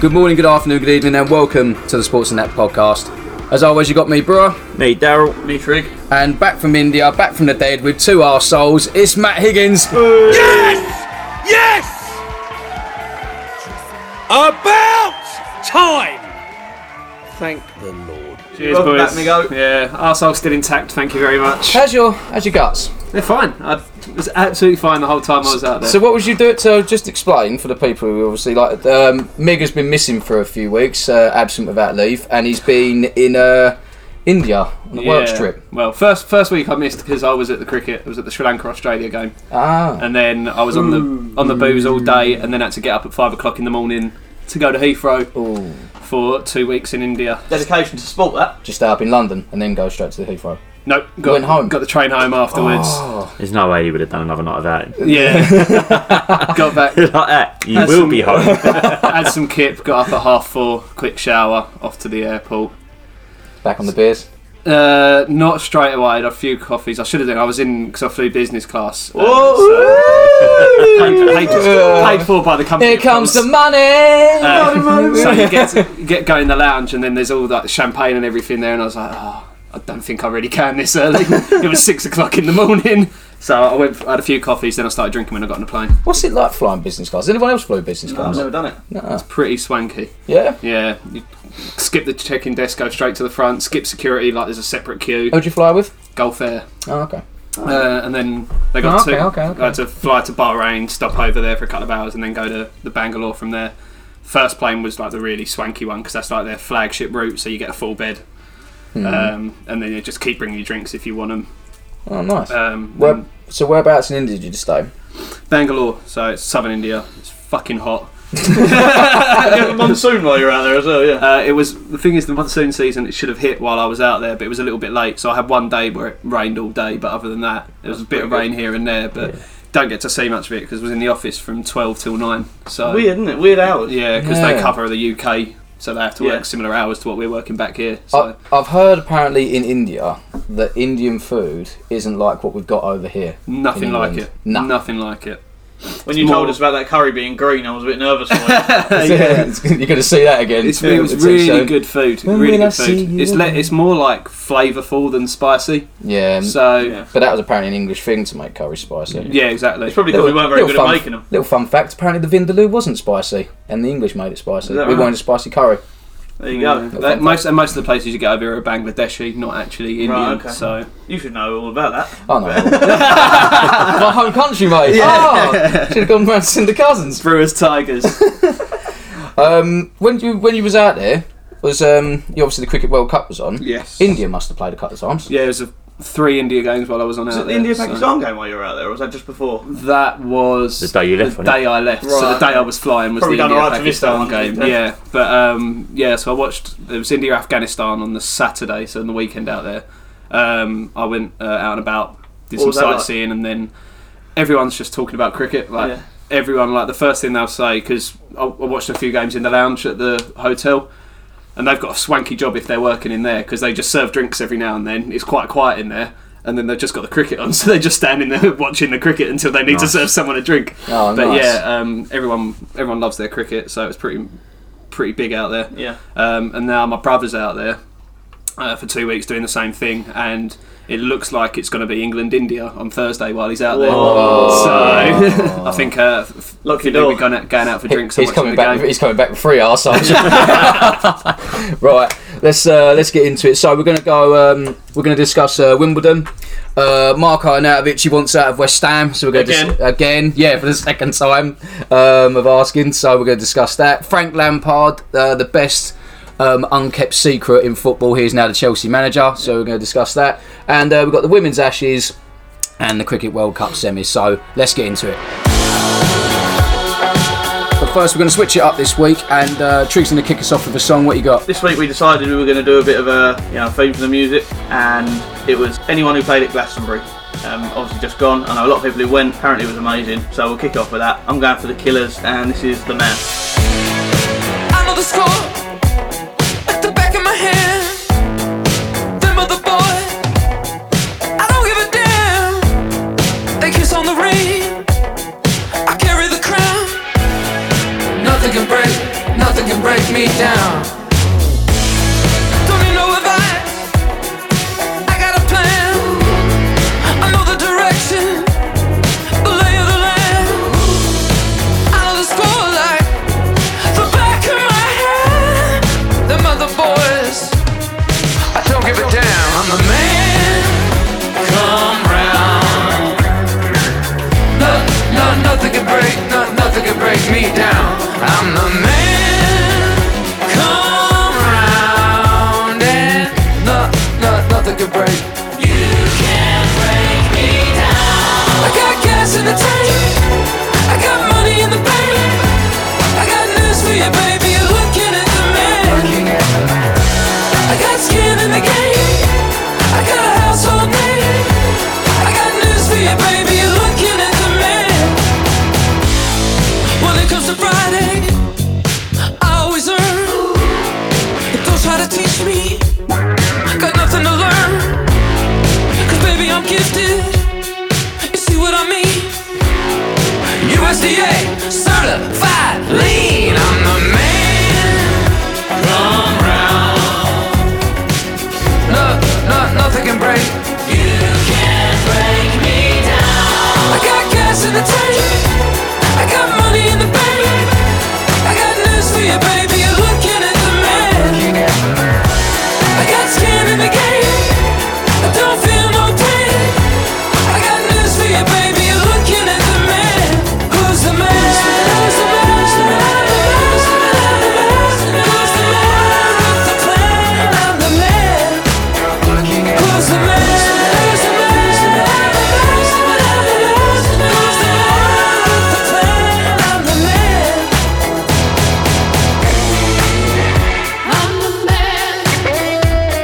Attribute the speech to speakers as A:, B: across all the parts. A: Good morning, good afternoon, good evening, and welcome to the Sports and Net podcast. As always, you got me, Brewer,
B: Me, Daryl.
C: Me trig.
A: and back from India, back from the dead with two arseholes, it's Matt Higgins.
D: Yes! Yes! About time! Thank the Lord.
C: Cheers,
B: Welcome
C: boys.
B: back, Migo.
C: Yeah, arsehole still intact. Thank you very much.
A: How's your, how's your guts?
C: They're fine. I was absolutely fine the whole time I was out there.
A: So, what would you do it to? Just explain for the people who obviously like. Um, Mig has been missing for a few weeks, uh, absent without leave, and he's been in uh, India on a work
C: Yeah.
A: trip.
C: Well, first first week I missed because I was at the cricket. I was at the Sri Lanka Australia game,
A: Ah,
C: and then I was on the on the booze all day, and then had to get up at five o'clock in the morning to go to Heathrow
A: Ooh.
C: for two weeks in India.
B: Dedication to sport, that.
A: just stay up in London and then go straight to the Heathrow. Ah.
C: Nope, got,
A: Went home. Oh.
C: Got the train home afterwards.
B: There's no way you would have done another night of that.
C: Yeah, got back.
B: like that, you
C: That's
B: will
C: some-
B: be home.
C: Had some kip. Got up at half four. Quick shower. Off to the airport.
A: Back on the beers.
C: Uh, not straight away. I had a few coffees. I should have done. I was in because I flew business class. uh, so- paid, paid- paid for by the company.
A: Here
C: of
A: comes the
C: course.
A: money.
C: Uh, so you get to, you get going in the lounge and then there's all that champagne and everything there and I was like, oh, I don't think I really can this early. it was six o'clock in the morning, so I went. I had a few coffees, then I started drinking when I got on the plane.
A: What's it like flying business class? Has anyone else flew business
B: I've
A: class?
B: never done it.
C: It's pretty swanky.
A: Yeah.
C: Yeah, you skip the check-in desk, go straight to the front, skip security like there's a separate queue.
A: Who'd you fly with?
C: Golf air.
A: Oh, okay.
C: Uh, and then they got
A: Oh, okay,
C: to
A: okay, okay.
C: got to fly to Bahrain, stop over there for a couple of hours, and then go to the Bangalore from there. First plane was like the really swanky one because that's like their flagship route, so you get a full bed,
A: Hmm. Mm-hmm.
B: Uh,
C: um, and then you just keep bringing your drinks if you want them.
A: Oh, nice.
B: uh,
C: Um,
A: Where,
C: and
A: so whereabouts in India did you stay?
C: Bangalore, so it's southern India. It's fucking hot.
B: you have a monsoon while you're out there as well, yeah.
C: Uh, it was the thing is the monsoon season. It should have hit while I was out there, but it was a little bit late. So I had one day where it rained all day, but other than that, there was a bit of rain here and there, but. Don't get to see much of it because I was in the office from twelve till nine. So
B: Weird, isn't it? Weird hours.
C: Yeah, because
A: Yeah.
C: they cover the UK, so they have to
B: Yeah.
C: work similar hours to what we're working back here. So
A: I, I've heard apparently in India that Indian food isn't like what we've got over here.
C: nothing
A: in
C: like
A: England.
C: it.
A: No.
C: Nothing like it.
B: When you
C: It's
B: told
C: more-
B: us about that curry being green, I was a bit nervous for you.
A: It's- You're going to see that again.
C: It's,
A: Yeah,
C: it was
A: too
C: really
A: soon.
C: good food.
A: When
C: Really
A: will I
C: good
A: see
C: food.
A: you
C: It's le-
A: again?
C: it's more like flavourful than spicy.
A: Um, Yeah.
C: So
B: Yeah.
C: yeah,
A: but that was apparently an English thing to make curry spicy.
C: exactly.
B: It's probably because we weren't very good at
A: fun,
B: making them.
A: Little fun fact: apparently the vindaloo wasn't spicy, and the English made it spicy.
B: Is
A: We
B: that right?
A: wanted a spicy curry.
B: There you
C: Yeah.
B: go.
C: uh, That- most and most of the places you get over here are Bangladeshi, not actually Indian.
B: okay.
C: So
B: You should know all about that.
A: Oh no! My home country, mate. Oh, should have gone round to see the cousins.
C: Brewers Tigers.
A: Um, when you when you was out there, was um, you obviously the cricket World Cup was on.
C: yes.
A: India must have played a couple of times.
C: Yeah, it was a, three India games while I was on
B: Was
C: out
B: it the
C: there,
B: India
C: so-
B: Pakistan game while you were out there, or was that just before?
C: That was
E: The day you left,
C: The
E: wasn't
C: day I left. So the
B: Right.
C: day I was flying was
B: Probably
C: the
B: done
C: India
B: alright to miss that
C: Pakistan
B: one,
C: game.
B: yeah.
C: Yeah, but um, yeah. So I watched. It was India Afghanistan on the Saturday, so on the weekend out there. Um, I went uh, out and about, did
B: What
C: some
B: was that like?
C: sightseeing, and then everyone's just talking about cricket. Like
B: Yeah.
C: everyone, like the first thing they'll say because I, I watched a few games in the lounge at the hotel. And they've got a swanky job if they're working in there because they just serve drinks every now and then. It's quite quiet in there, and then they've just got the cricket on, so they're just standing there watching the cricket until they need to
E: Nice.
C: serve someone a drink
A: Oh,
C: but
A: nice.
C: yeah, um, everyone everyone loves their cricket, so it's pretty pretty big out there.
B: Yeah.
C: Um, and now my brother's out there uh, for two weeks doing the same thing, and it looks like it's going to be England India on Thursday while he's out there.
B: Oh.
C: So I think uh, f-
B: Lucky
C: we'll be
B: dog.
C: going out, going out for drinks. and
A: he's coming
C: watching the
A: back.
C: game.
A: He's coming back with three arseholes. right, let's uh, let's get into it. So we're gonna go. Um, we're gonna discuss uh, Wimbledon. Uh, Marko Arnautovic he wants out of West Ham, so we're gonna dis-
B: Again.
A: again, yeah, for the second time um, of asking. So we're gonna discuss that. Frank Lampard, uh, the best. Um, unkept secret in football. He is now the Chelsea manager, so we're going to discuss that. And uh, we've got the women's ashes and the Cricket World Cup semis. So let's get into it. But first, we're going to switch it up this week, and uh, Trig's going to kick us off with a song. What you got?
B: This week we decided we were going to do a bit of a you know theme for the music, and it was anyone who played at Glastonbury. Um, obviously just gone. I know a lot of people who went. Apparently it was amazing. So we'll kick off with that. I'm going for the Killers, and this is the man.
F: I know the score at the back of my hand. Them other boy, I don't give a damn. They kiss on the ring. I carry the crown. Nothing can break, nothing can break, me down. Don't need no advice. I got a plan. I know the direction, the lay of the land. I know the score like the back of my hand. Them other boys, I don't give a damn. I'm the man. Come round. No, no, nothing can break, no, nothing can break me down. I'm the man. Come round and no, no, nothing can break. You can't break me down. I got gas in the tank. I got money in the bank. I got news for you, baby. You're looking at the man. I got skin in the game. I got a household name. I got news for you, baby. You're looking at the man. When it comes to Friday, I always earn. But don't try to teach me. I got nothing to learn. Cause baby, I'm gifted. You see what I mean? USDA certified lean. I'm the man. Come round. No, no, nothing can break. You can't break me down. I got gas in the tank. I got money in the bank. I got news for you, baby. You're looking at the man. I got skin in the game. I don't feel no pain. I got news for you, baby. You're looking at the man. Who's the man? Who's the man? Who's the man? Who's the man? Who's the man with the plan? I'm the man. Who's the man? Who's the man? Who's the man? Who's the man? Who's the man with the plan? I'm the man. I'm the man.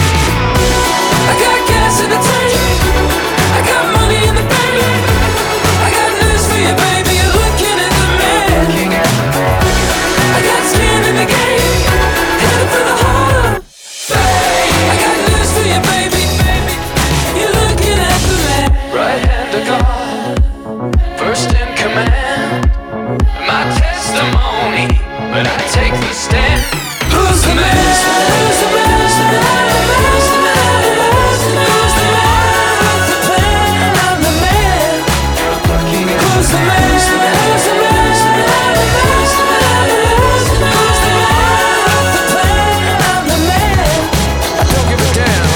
F: I got gas in the tank. I got money in the bank. I got news for you, baby. You're looking at the man. I got skin in the game. Headed for the heart. I got news for you, baby. Baby, you're looking at the man. Right hand of God, first in command. My testimony, but I take the stand. Who's the man? Who's the man? Who's the man? Who's the man? Who's the man? Who's the man with the plan? I'm the man. Who's the man? Who's the man? Who's the man? Who's the man? Who's the man? Who's the man with the plan? I'm the man. I don't give a damn.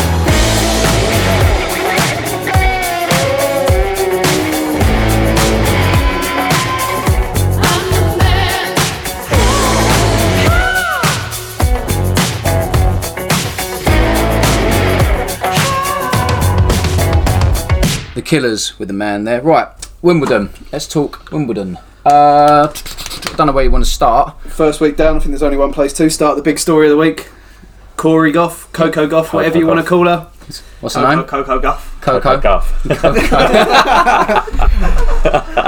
A: The Killers with the man there. Right, Wimbledon. Let's talk Wimbledon. Uh, don't know where you want to start.
C: First week down, I think there's only one place to start the big story of the week. Corey Goff, Coco Goff, whatever you want to call her.
A: What's her
B: Coco,
A: name?
B: Coco Guff.
A: Coco.
E: Guff.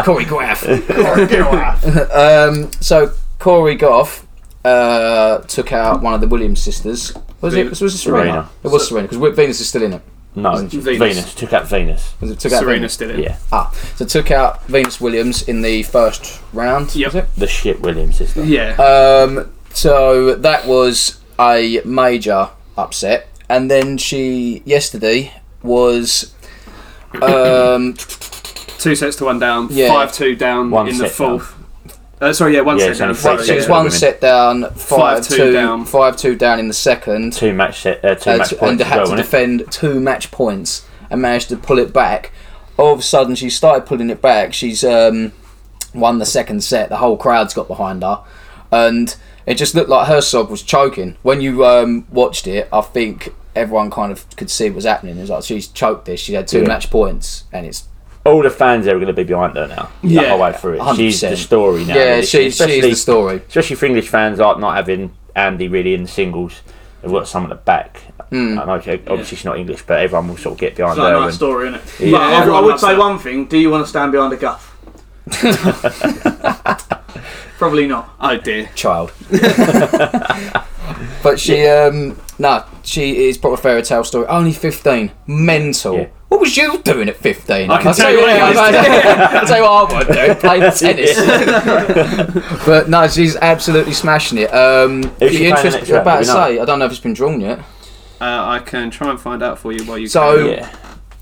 A: Corey Graff. um, so Corey Goff uh, took out one of the Williams sisters. Was it? Was it Serena?
E: Serena.
A: It was Serena because Venus is still in it.
E: No, Venus. Took out Venus.
A: Was it- took out
C: Serena
A: Venus.
C: still in.
E: Yeah.
A: Ah, so took out Venus Williams in the first round.
C: Yep.
A: was it?
E: The shit Williams sister.
C: Yeah.
E: Uh,
A: Um, so that was a major upset, and then she yesterday was um,
C: two sets to one down,
A: Yeah.
C: five two down
E: One
C: in the
E: set down.
C: fourth. Uh, sorry, yeah, one
E: Yeah,
C: set
E: it's
C: down.
E: only five
C: sorry,
A: she was
E: sets.
C: Oh, yeah.
A: one
E: women.
A: set down, five two,
C: two down.
A: five two down in the second,
E: Two match set. Uh, two
A: uh,
E: match
A: t-
E: points.
A: and
E: as
A: had
E: well,
A: to
E: wasn't it?
A: defend two match points and managed to pull it back. All of a sudden, she started pulling it back. She's um, won the second set. The whole crowd's got behind her, and it just looked like Herzog was choking. When you um, watched it, I think everyone kind of could see what was happening. It was like she's choked this. She had two
E: Yeah.
A: match points, and it's
E: All the fans there are going to be behind her now. The
C: Yeah,
E: whole way through it. She's
A: 100%.
E: the story now.
A: yeah,
E: really.
A: she, she's
E: Especially-
A: the story.
E: Especially for English fans, like not having Andy really in the singles. They've got someone at the back.
A: Hmm.
E: I know she- obviously she's not English, but everyone will sort of get behind
B: It's like
E: her.
B: a nice
E: and,
B: story, isn't it? But I, I
C: Everyone
B: would
C: loves
B: say
C: that.
B: one thing. Do you want to stand behind a Guff? Probably not.
C: Oh dear.
A: child. But she, um, nah, she is proper fairy tale story. Only fifteen, mental.
E: Yeah.
A: What was you doing at fifteen?
C: I can tell you what I was
A: I'll tell you what I was doing, playing tennis. but no, she's absolutely smashing it. Um,
E: Who's she
A: the
E: playing
A: interest
E: next
A: I was
E: round?
A: about to
E: Do we know?
A: say, I don't know if it's been drawn yet.
C: Uh, I can try and find out for you while you.
A: So-
C: can.
E: Yeah,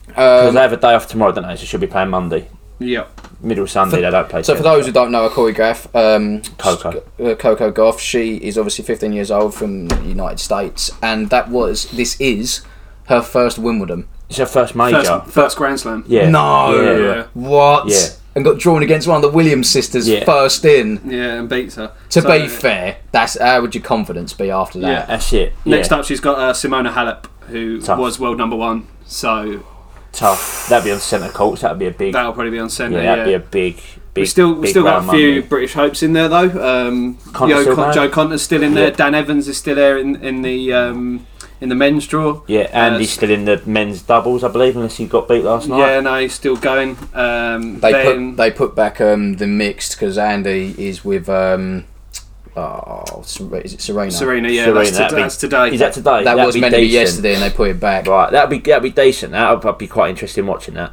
E: because
A: Um,
E: they have a day off tomorrow, don't they? So she'll be playing Monday,
C: yeah,
E: middle Sunday. they don't play.
A: So for
E: tennis.
A: those who don't know, a choreograph, um,
E: Coco.
A: uh, Coco Goff, she is obviously 15 years old from the United States, and that was, this is her first Wimbledon.
E: it's her first major.
C: first, first Grand Slam.
E: Yeah.
A: No.
E: Yeah.
C: yeah,
A: What?
E: Yeah.
A: And got drawn against one of the Williams sisters
E: Yeah.
A: first in.
C: yeah, and beats her.
A: To
C: So,
A: be fair, that's how would your confidence be after that?
E: That's it.
C: Next
E: yeah.
C: up, she's got uh, Simona Halep, who
E: Tough.
C: was world number one. So
E: tough. That'd be on centre courts. That'd be a big.
C: that'll probably be on Sunday.
E: yeah,
C: Yeah,
E: that'd be a big. big
C: we still we
E: big
C: still got a
E: round
C: few
E: Monday.
C: British hopes in there though. Um,
E: Connor's
C: Yo-
E: still
C: Con-
E: there.
C: Joe Connor's still in there.
E: Yeah.
C: Dan Evans is still there in in the um, in the men's draw.
E: Yeah, Andy's
C: Uh,
E: still in the men's doubles, I believe, unless he got beat last night.
C: Yeah, no, he's still going. Um,
A: They
C: then
A: put they put back um, the mixed because Andy is with um, oh Ser- is it Serena?
C: Serena, yeah,
E: Serena,
C: that's, to-
E: that'd be-
C: that's today.
E: Is that
A: That
E: today? That'd
A: was meant to be
E: decent.
A: yesterday, and they put it back.
E: Right, that'd be that'd be decent. That'd, that'd be quite interesting watching that.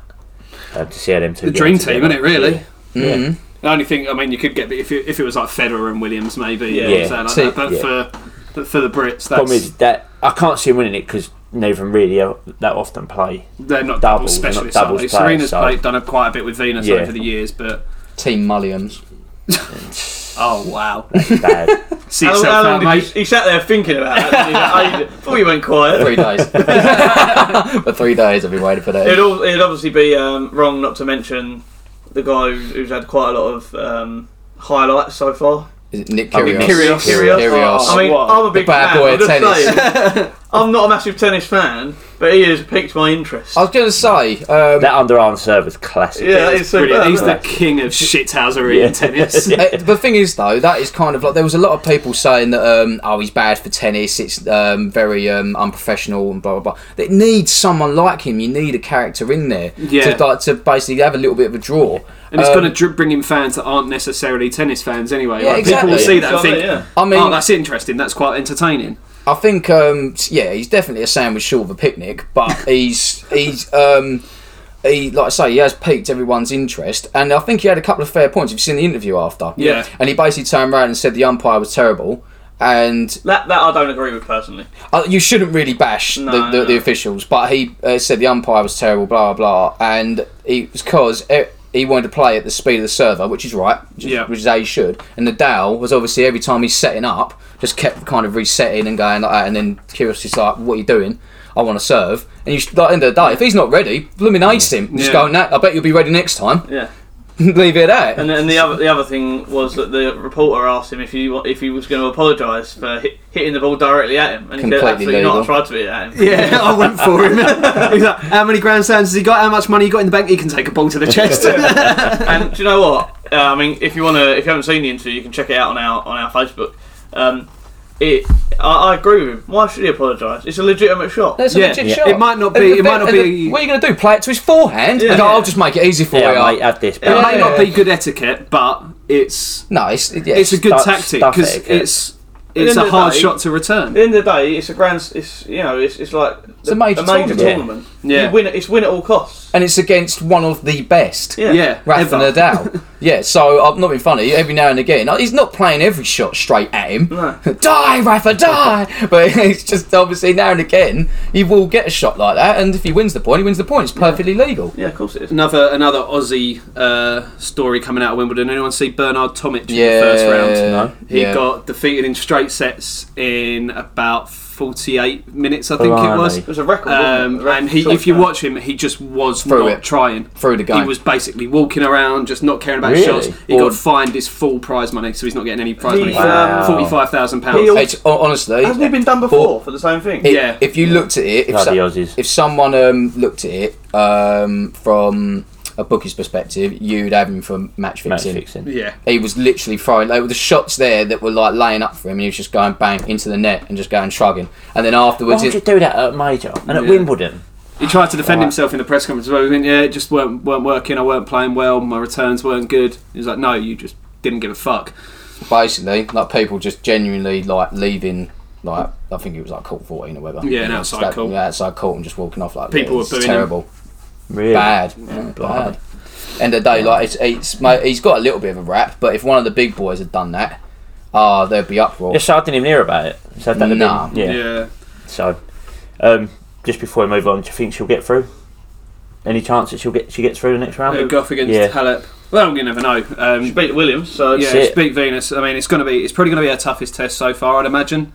E: Uh, to see how them two.
C: the
E: get
C: dream
E: on
C: team,
E: together.
C: isn't it? Really.
A: Mm.
E: Yeah. Yeah.
C: The only thing, I mean, you could get if it, if it was like Federer and Williams, maybe. Yeah,
E: Yeah.
C: Like
A: See-
C: that. But
E: Yeah.
C: for but for the Brits, that's
E: Problem is that I can't see him winning it because neither of them really are- that often play.
C: they're not double
E: doubles, they're not
C: specialists.
E: doubles
C: are they?
E: players,
C: Serena's
E: so-
C: played done a, quite a bit with Venus
E: Yeah.
C: over the years, but
A: Team Mulliams.
C: oh wow,
E: Bad.
C: see
B: How,
C: yourself
B: how long,
C: founded-
B: mate? He sat there thinking about that. didn't he? Like, I- Before you went quiet.
A: Three days. For three days, I've been waiting for that.
B: It'd, al- it'd obviously be um, wrong not to mention the guy who's, who's had quite a lot of um, highlights so far.
A: Is it Nick
E: I mean,
A: Kyrgios?
E: Kyrgios.
B: Kyrgios. Oh,
A: Kyrgios.
B: I mean,
C: What?
B: I'm a big
A: bad
B: fan.
A: boy
B: I'm,
A: of
B: just
A: tennis.
B: saying. I'm not a massive tennis fan, but he has piqued my interest.
A: I was going to say, um,
E: that underarm serve is classic.
B: yeah, it's so
C: Brilliant.
B: bad.
C: He's the
E: Right.
C: king of shithousery in tennis.
A: eh, the thing is though, that is kind of like there was a lot of people saying that um, oh he's bad for tennis, it's um, very um, unprofessional and blah blah blah. It needs someone like him. You need a character in there
C: Yeah.
A: to like, to basically have a little bit of a draw.
C: And it's
A: Um,
C: going to bring in fans that aren't necessarily tennis fans anyway.
A: Yeah,
C: like, People
A: exactly.
C: will see that
B: Yeah.
C: and think,
B: Yeah.
A: I mean,
C: oh, that's interesting. That's quite entertaining.
A: I think um, yeah, he's definitely a sandwich short of a picnic, but he's he's um, he like I say, he has piqued everyone's interest, and I think he had a couple of fair points. If you've seen the interview after,
C: Yeah.
A: and he basically turned around and said the umpire was terrible, and
B: That, that I don't agree with personally.
A: uh, you shouldn't really bash
B: No,
A: the, the, the
B: no.
A: officials, but he uh, said the umpire was terrible, blah blah, blah, and it was because he wanted to play at the speed of the server, which is right, which, is-
C: Yeah.
A: which is how you should. And the Dow was obviously every time he's setting up, just kept kind of resetting and going like that, and then Kyrgios is like, "What are you doing? I want to serve." And you, should, like, end of the day, if he's not ready, eliminate him. Just
C: Mm. Yeah.
A: go, "Nah, I bet you'll be ready next time."
B: Yeah.
A: Leave it at.
B: And
A: that.
B: then the other the other thing was that the reporter asked him if he wa- if he was going to apologise for hit, hitting the ball directly at him, and he said
A: Completely
B: absolutely not. I
A: legal.
B: tried to hit it at him.
C: Yeah, I went for him. He's like, how many grand slams has he got? How much money he got in the bank? He can take a ball to the chest.
B: And do you know what? Uh, I mean, if you want to, if you haven't seen the interview, you can check it out on our on our Facebook. Um, it, I, I agree with him. Why should he apologise? It's a legitimate shot.
A: That's a
C: Yeah.
A: legit
E: Yeah.
A: shot.
C: It might not
A: And
C: be-
A: the
C: it might
A: thing-
C: not
A: and the-
C: be-
A: What are you going to do? Play it to his forehand?
B: Yeah.
A: And go, I'll just make it easy for
E: Yeah,
A: you.
E: mate, have this.
C: it
E: but-
C: may not be good etiquette, but it's
A: No, it's yeah,
C: it's a good
E: Stuff-
C: tactic
E: stuff
C: because
E: etiquette.
C: it's it's
B: the
C: a
B: end of
C: hard
B: the day-
C: shot to return.
B: At the end of the day, it's a grand. It's you know, it's, it's like it's
A: a major
B: major
A: tournament.
B: tournament.
C: Yeah.
B: You win. It's win at all costs.
A: and it's against one of the best.
B: Yeah.
C: Yeah,
A: Rafa
C: ever.
A: Nadal. yeah, so I'm not being funny. Every now and again, he's not playing every shot straight at him. die, Rafa, die! But it's just obviously now and again, he will get a shot like that, and if he wins the point, he wins the point. It's perfectly legal.
B: Yeah, of course it is.
C: Another another Aussie uh, story coming out of Wimbledon. Anyone see Bernard Tomic in
A: Yeah.
C: the first round?
A: No.
C: He
A: Yeah.
C: got defeated in straight sets in about forty-eight minutes, I think it was.
E: Blimey.
B: It was a record. wasn't it?
C: Um,
B: A record
C: and he,
B: short
C: if you
B: count.
C: watch him, he just was
A: Threw
C: not
A: it.
C: trying.
A: Through the game.
C: He was basically walking around, just not caring about
E: Really?
C: shots. He
A: Or-
C: got fined his full prize money, so he's not getting any prize
B: He,
C: money.
B: um,
C: Forty-five thousand
B: He
C: pounds.
B: al-
A: It's- hon- honestly,
B: Hasn't he been done before for the same thing?
A: it-
C: yeah.
A: if you looked at it, if,
E: Bloody
A: so-
E: Aussies.
A: if someone um, looked at it um, from a bookie's perspective, you'd have him for match
E: Match
A: fixing.
E: fixing.
C: Yeah,
A: he was literally throwing like the shots there that were like laying up for him. He was just going bang into the net and just going shrugging. And then afterwards,
E: Why would you
A: it,
E: do that at Major and at
C: Yeah.
E: Wimbledon?
C: he tried to defend
E: Right.
C: himself in the press conference. as Well, he went, yeah, it just weren't weren't working. I weren't playing well. My returns weren't good. He was like, no, you just didn't give a fuck.
A: basically like people just genuinely like leaving like I think it was like court fourteen or whatever.
C: Yeah, an
A: And
C: outside
A: just that-
C: court.
A: Yeah, outside court and just walking off like
C: People
A: yeah,
C: were
A: it's
C: booing him.
A: terrible,
E: Really?
A: bad, yeah, bad. End of the day, like it's, it's mate, he's got a little bit of a rap, but if one of the big boys had done that, ah, there'd be uproar.
E: Yeah, so I didn't even hear about it. So that'd have
A: Nah.
E: been, yeah.
C: Yeah.
E: So, um, just before we move on, do you think she'll get through? Any chance that she'll get she gets through the next round?
C: Uh, Goff against
E: Yeah.
C: Halep. Well, you never know. Um,
B: Beat Williams, so
C: yeah,
E: Shit.
C: it's beat Venus. I mean, it's going to be. It's probably going to be her toughest test so far, I'd imagine.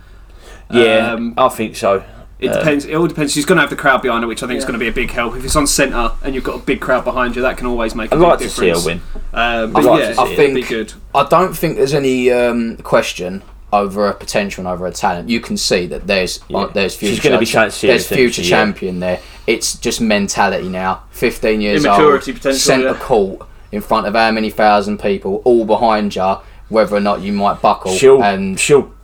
E: yeah,
C: Um,
E: I think so.
C: It
E: Um,
C: depends. It all depends. She's going to have the crowd behind her, which I think is
B: Yeah.
C: going to be a big help. If it's on centre and you've got a big crowd behind you, that can always make. a
E: I'd
C: big
E: like to see
C: difference.
E: her win.
C: Um,
E: I'd
C: but
E: like
C: yeah,
E: to see
C: I
E: it.
C: think be good.
A: I don't think there's any um, question over a potential and over a talent. You can see that there's uh, there's
E: She's
A: future.
E: gonna be chan-
A: there's
E: serious,
A: future
E: isn't she? Yeah.
A: champion there. It's just mentality now. Fifteen years
B: Immaturity
A: old,
B: potential,
A: centre
B: yeah.
A: court in front of how many thousand people, all behind you. Whether or not you might buckle,
E: She'll
A: and
E: she'll.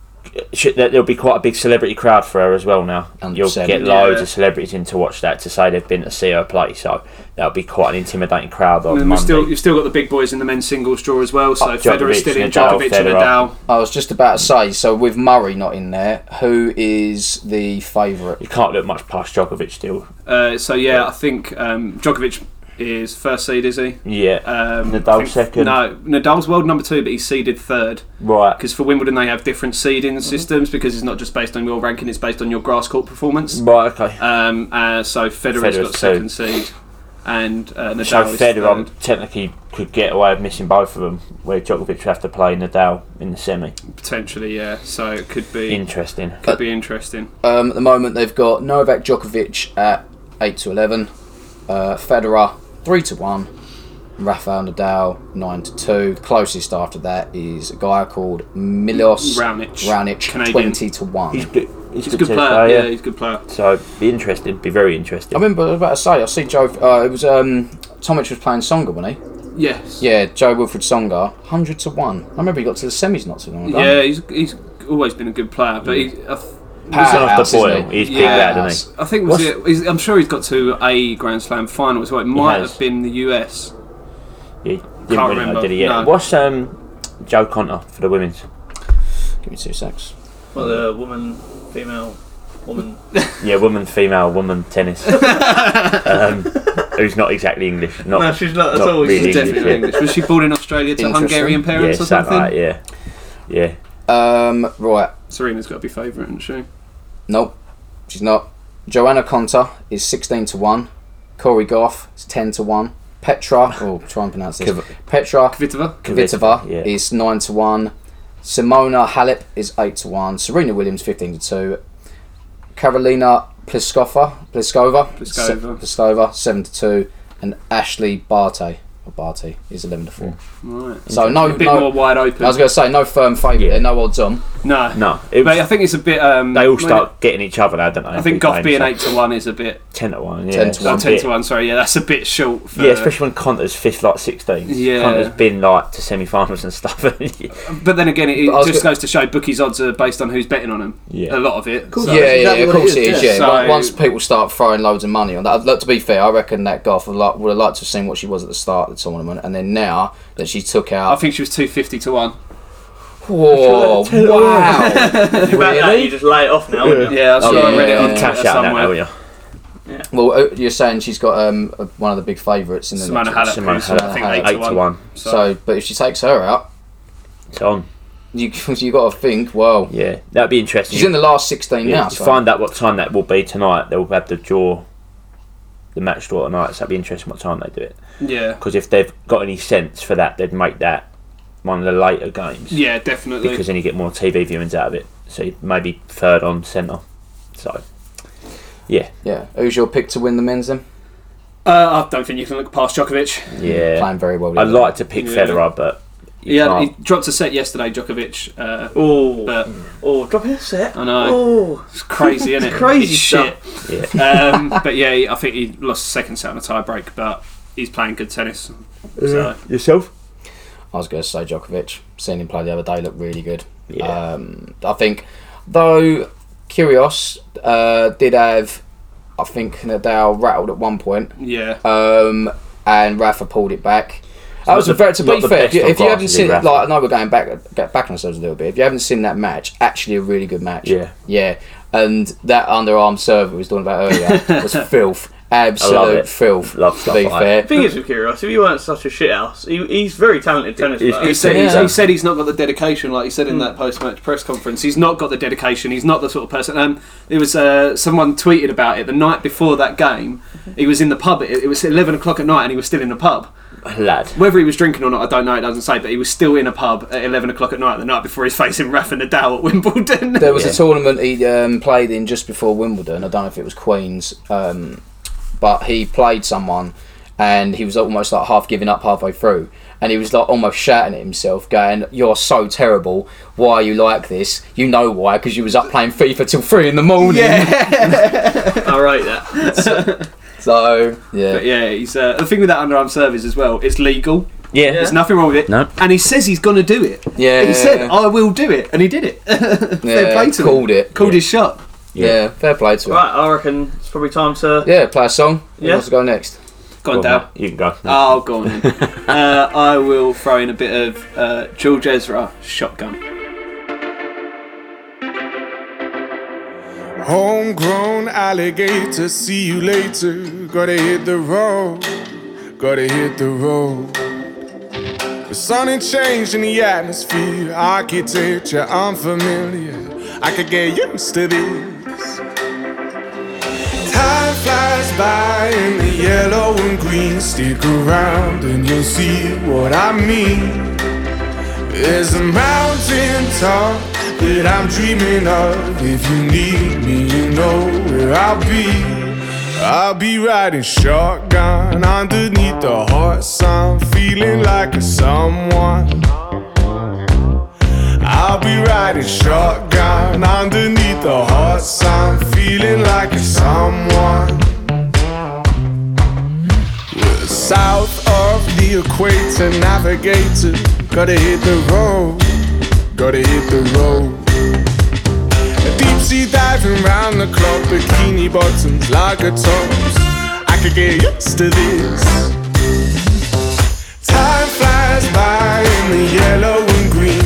E: She, there- there'll be quite a big celebrity crowd for her as well now. You'll
A: 100%.
E: get loads
C: Yeah.
E: of celebrities in to watch that to say they've been to see her play, so that'll be quite an intimidating crowd on
C: And then we've
E: Monday.
C: still, you've still got the big boys in the men's singles draw as well. So
E: Oh,
C: Federer's
E: Djokovic,
C: still in
E: Nadal,
C: Djokovic and
E: Federer.
C: Nadal.
A: I was just about to say. So with Murray not in there, who is the favourite?
E: you can't look much past Djokovic still.
C: Uh, so yeah, I think um, Djokovic is first seed, is he?
E: Yeah,
C: Um, I
E: Nadal
C: think-
E: second.
C: No, Nadal's world number two, but he's seeded third.
E: right.
C: Because for Wimbledon, they have different seeding systems because it's not just based on your ranking; it's based on your grass court performance.
E: Right, okay.
C: Um, uh, so Federer's
E: Federer's
C: got second seed, and uh, Nadal
E: So
C: is
E: Federer um,
C: third.
E: technically could get away with missing both of them, where Djokovic would have to play Nadal in the semi.
C: potentially. Yeah, so it could be
E: Interesting.
C: could be interesting.
A: Um, at the moment, they've got Novak Djokovic at eight to eleven, uh, Federer three to one, Rafael Nadal nine to two. Closest after that is a guy called Milos
C: Raonic.
A: Raonic
C: Canadian.
A: twenty to one.
E: He's good. He's,
C: He's a good
E: to
C: player.
E: play,
C: Yeah, he's a good player.
E: So be interesting. Be very
A: I
E: interesting.
A: remember I was about to say I see Joe. Uh, it was um, Tomic was playing Songa, wasn't he?
C: Yes.
A: Yeah, Joe Wilfred Songa, hundred to one. I remember he got to the semis not too long ago.
C: Yeah, he's, he's always been a good player, but he, I, th-
E: he's
A: Powerhouse,
E: off the
A: isn't
E: boil.
A: he?
E: He's big
C: Yeah.
E: lad, isn't
C: I think was it, he's, I'm sure he's got to a Grand Slam final as well. It might
E: has.
C: have been the US.
E: he? He didn't really
C: remember.
E: know, did he? Yet.
C: No.
E: What's um, Joe Conter for the women's?
A: Give me two secs.
B: well, the woman, female, woman.
E: Yeah, woman, female, woman, tennis. um, who's not exactly English. Not,
B: No, she's not at all.
E: really
B: She's
E: English,
C: Definitely
E: yeah.
C: English. Was she born in Australia to
A: Interesting.
C: Hungarian
E: Yeah,
C: parents or
E: something
C: something?
E: like that, yeah. Yeah.
A: Um, right,
C: Serena's got to be favourite, isn't she?
A: Nope, she's not. Joanna Conta is 16 to 1. Corey Goff is 10 to 1. Petra, oh, try and pronounce this.
E: Kv-
A: Petra
C: Kvitova.
A: Kvitova
E: yeah.
A: is 9 to 1. Simona Halep is 8 to 1. Serena Williams 15 to 2. Karolina Pliskova, Pliskova, se-
C: Pliskova.
A: Pliskova 7 to 2. And Ashley Barty, or Barty, is 11 to 4.
C: Right.
A: So no,
C: a bit
A: no
C: more wide open.
A: I was going to say, no firm favourite
E: Yeah.
A: there, no odds on.
C: no,
E: No. It
C: But I
E: was,
C: think it's a bit. Um,
E: they all start getting each other now, don't they?
C: I think Goff being eight to one is a bit.
E: 10 to 1. Yeah.
A: 10 to
E: so
C: Well,
E: it's a
C: ten
E: bit-
C: to one. Sorry, yeah, that's a bit short. For,
E: Yeah, especially when Conter's fifth like 16.
C: Yeah.
E: Conter's been like to semi finals and stuff.
C: But then again, it, it
A: I was
C: just
A: go-
C: goes to show bookies' odds are based on who's betting on them.
E: Yeah.
C: a lot of it. So-
A: yeah,
B: exactly
A: yeah, of
B: what it
A: course
B: is,
A: it is.
B: yeah.
A: Yeah, Like,
C: So-
A: once people start throwing loads of money on that, look to be fair, I reckon that golf would, like, would have liked to have seen what she was at the start of the tournament, and then now that she took
C: I
A: out,
C: think she was two fifty to one.
A: whoa, wow.
B: About that, you
A: Really?
B: just lay it off now, wouldn't you?
C: Yeah, that's
A: Oh,
C: what I
A: yeah,
C: read it
A: yeah, yeah.
C: on Twitter
E: Cash out now,
C: somewhere.
E: will you?
A: well, uh, you're saying she's got um uh, one of the big favourites in the
C: Simona
A: next-
C: Halep,
E: Simona
C: who's, I think
A: Halep.
C: eight,
E: Eight to one.
C: So,
A: So, but if she takes her out,
E: It's on.
A: you you got to think, well,
E: Yeah, that'd be interesting.
A: she's in the last sixteen
E: Yeah,
A: now.
E: to
A: So.
E: find out what time that will be tonight. They'll have the draw, the match draw tonight. So that'd be interesting what time they do it.
C: yeah,
E: Because if they've got any sense for that, they'd make that one of the later games.
C: yeah, definitely.
E: Because then you get more TV viewings out of it. So you- maybe third on centre. So yeah,
A: Yeah, who's your pick to win the men's? Then
C: uh, I don't think you can look past Djokovic.
E: yeah.
A: playing very well.
E: I'd like to pick
C: Yeah.
E: Federer, but you
C: He, had, he
E: can't.
C: dropped a set yesterday, Djokovic. Uh,
B: Oh,
C: but
B: oh, dropping a set.
C: I know.
B: Oh,
C: it's crazy, isn't it?
B: Crazy
C: It's
B: stuff.
E: yeah.
C: Um, but yeah, I think he lost the second set on a tie break, but he's playing good tennis. So
E: Yourself?
A: I was going to say Djokovic. Seen him play the other day, looked really good.
E: Yeah.
A: Um, I think, though, Kyrgios uh, did have, I
E: Uh,
A: think Nadal rattled at one point,
C: yeah,
A: um, and Rafa pulled it back. That was a
E: not
A: very, to
E: the-
A: be
E: not the
A: fair, if
E: best
A: you,
E: on
A: if you
E: grass,
A: haven't
E: is it,
A: seen,
E: Rafa?
A: like, I know we're going back get back on ourselves a little bit. If you haven't seen that match, actually a really good match.
E: Yeah.
A: yeah. And that underarm server we was talking about earlier was filth, absolute
E: it.
A: filth.
E: Love
A: to
E: stuff
A: be
E: like
A: fair,
B: The thing is with Kyrgios, if he weren't such a shithouse, he, he's very talented tennis
E: He's-
B: player.
C: He said,
A: Yeah.
C: he's, he said he's not got the dedication, like he said
E: Hmm.
C: in that post-match press conference. He's not got the dedication. He's not the sort of person. Um, there was uh, someone tweeted about it the night before that game. He was in the pub. It, it was eleven o'clock at night, and he was still in the pub.
E: lad.
C: Whether he was drinking or not, I don't know. It doesn't say, but he was still in a pub at eleven o'clock at night the night before he's facing Rafa Nadal at Wimbledon.
A: there was
E: Yeah.
A: a tournament he um, played in just before Wimbledon. I don't know if it was Queens, um, but he played someone, and he was almost like half giving up halfway through, and he was like almost shouting at himself, going, "You're so terrible. Why are you like this? You know why? Because you was up playing FIFA till three in the morning."
B: I rate that.
A: So yeah,
C: But yeah, he's uh, the thing with that underarm service as well. It's legal.
E: Yeah.
C: There's nothing wrong with it.
E: No.
C: And he says he's gonna do it.
A: Yeah.
C: He said, "I will do it," and he did it. Fair
A: Yeah,
C: play to him.
A: called it.
C: Called his shot.
A: yeah, fair play to him.
B: Right, I reckon it's probably time to.
A: Yeah, play a song. Who
B: Yeah.
A: wants to go next?
C: Gone
E: Go on,
C: down.
E: mate. You can go.
C: Oh, go on. then. uh, I will throw in a bit of uh, George Ezra shotgun.
G: Homegrown alligator, see you later. Gotta hit the road, gotta hit the road. The sun ain't changing the atmosphere, architecture unfamiliar. I could get used to this. Time flies by in the yellow and green. Stick around and you'll see what I mean. There's a mountain top that I'm dreaming of. If you need me, you know where I'll be. I'll be riding shotgun underneath the hot sun, feeling like a someone. I'll be riding shotgun underneath the hot sun, feeling like a someone. South of the equator, navigator. Gotta hit the road, gotta hit the road. Deep sea diving round the clock, bikini bottoms, lager tops. I could get used to this. Time flies by in the yellow and green.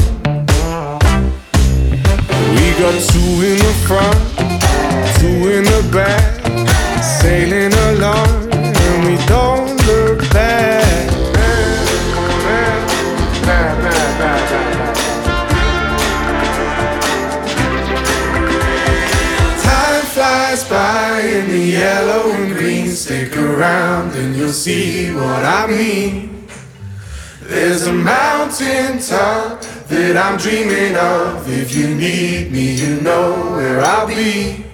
G: We got two in the front, two in the back sailing along and we don't look back. Time flies by in the yellow and green. Stick around and you'll see what I mean. There's a mountain top that I'm dreaming of. If you need me, you know where I'll be.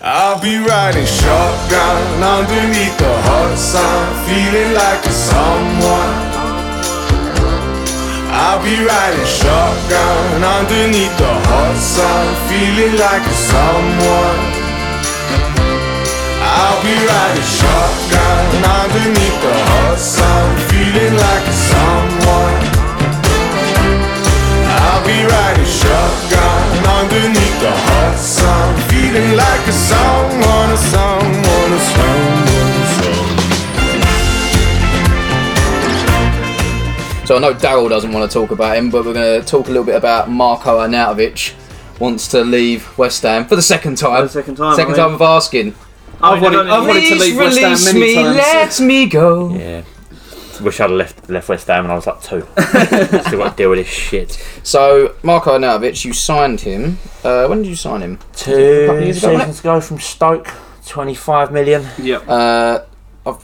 G: I'll be riding shotgun underneath the hot sun, feeling like a someone. I'll be riding shotgun underneath the hot sun, feeling like a someone. I'll be riding shotgun underneath the hot sun, feeling like a someone. I'll be riding shotgun underneath the hot sun, feeling like a someone, a someone, a someone, a someone.
A: So I know Daryl doesn't want to talk about him, but we're going to talk a little bit about Marko Arnautovic. Wants to leave West Ham for the second time.
B: the second time,
A: Second
B: I mean.
A: time of asking.
B: I've
C: wanted- I've wanted- to leave West Ham many times.
A: me go.
E: Yeah. Wish I'd have left left West Ham when I was like two. Still got to deal with this shit.
A: So Marko Arnautovic, you signed him. Uh, when did you sign him?
E: Two
A: couple of years ago, wasn't
E: seasons ago from Stoke, twenty-five million.
C: Yep.
A: Uh, I've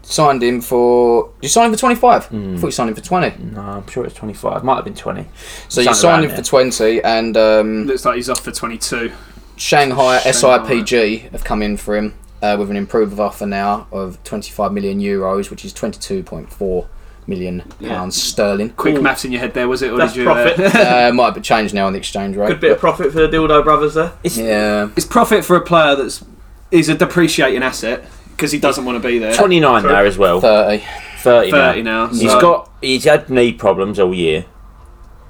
A: signed him for. You signed him for twenty-five. I thought you signed him for twenty.
E: No, I'm sure it's twenty-five. Might have been twenty.
A: So you
E: Hmm. Something
A: signed
E: around
A: him
E: there.
A: for twenty, and um,
C: Looks like he's off for 22.
A: Shanghai
C: Shanghai.
A: SIPG have come in for him uh, with an improved offer now of 25 million euros, which is 22.4 million pounds sterling.
C: Quick maths in your head there, was it? Or
B: That's
C: did you, uh,
B: profit.
A: Uh, might have changed now on the exchange rate.
B: Good bit of profit for the Dildo Brothers there.
A: Yeah.
C: it's profit for a player that's is a depreciating asset because he doesn't want to be there.
E: 29 now as well.
A: 30.
E: 30,
C: 30
E: now.
C: now.
E: He's
C: so-
E: got. He's had knee problems all year.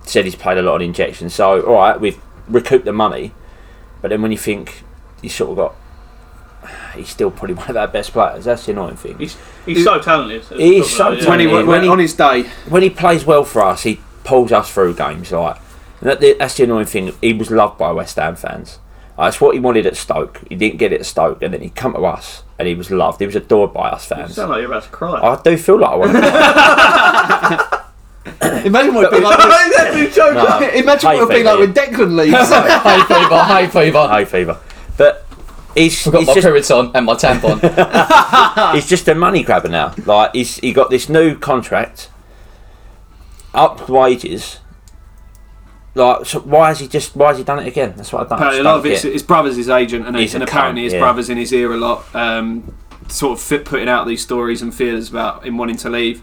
E: Said he's played a lot of injections. So all right, we've recouped the money, but then when you think he's sort of got, he's still probably one of our best players. That's the annoying thing.
B: He's, he's so talented.
E: He's so
B: Yeah.
C: when he,
E: Yeah.
C: when, on his day.
E: when he plays well for us, he pulls us through games. Like and that, that's the annoying thing. He was loved by West Ham fans. Like, that's what he wanted at Stoke. He didn't get it at Stoke, and then he come to us, and he was loved. He was adored by us
B: You
E: fans.
B: sound like you're about to cry.
E: I do feel like I want to.
C: Imagine what it'd be like.
E: No.
C: Imagine what it'd be like when Declan leaves.
A: high fever, high fever.
E: high fever, but he's,
A: I've got
E: he's
A: my
E: just
A: periods on and my tampon.
E: he's just a money grabber now. Like he's he got this new contract, up wages. Like so why has he just why has he done it again? That's what I don't.
C: Apparently,
E: just
C: a lot of
E: don't
C: it's
E: get.
C: his brother's his agent, and,
E: He's
C: and
E: a cunt,
C: apparently his
E: yeah.
C: brother's in his ear a lot, um, sort of fit, putting out these stories and fears about him wanting to leave.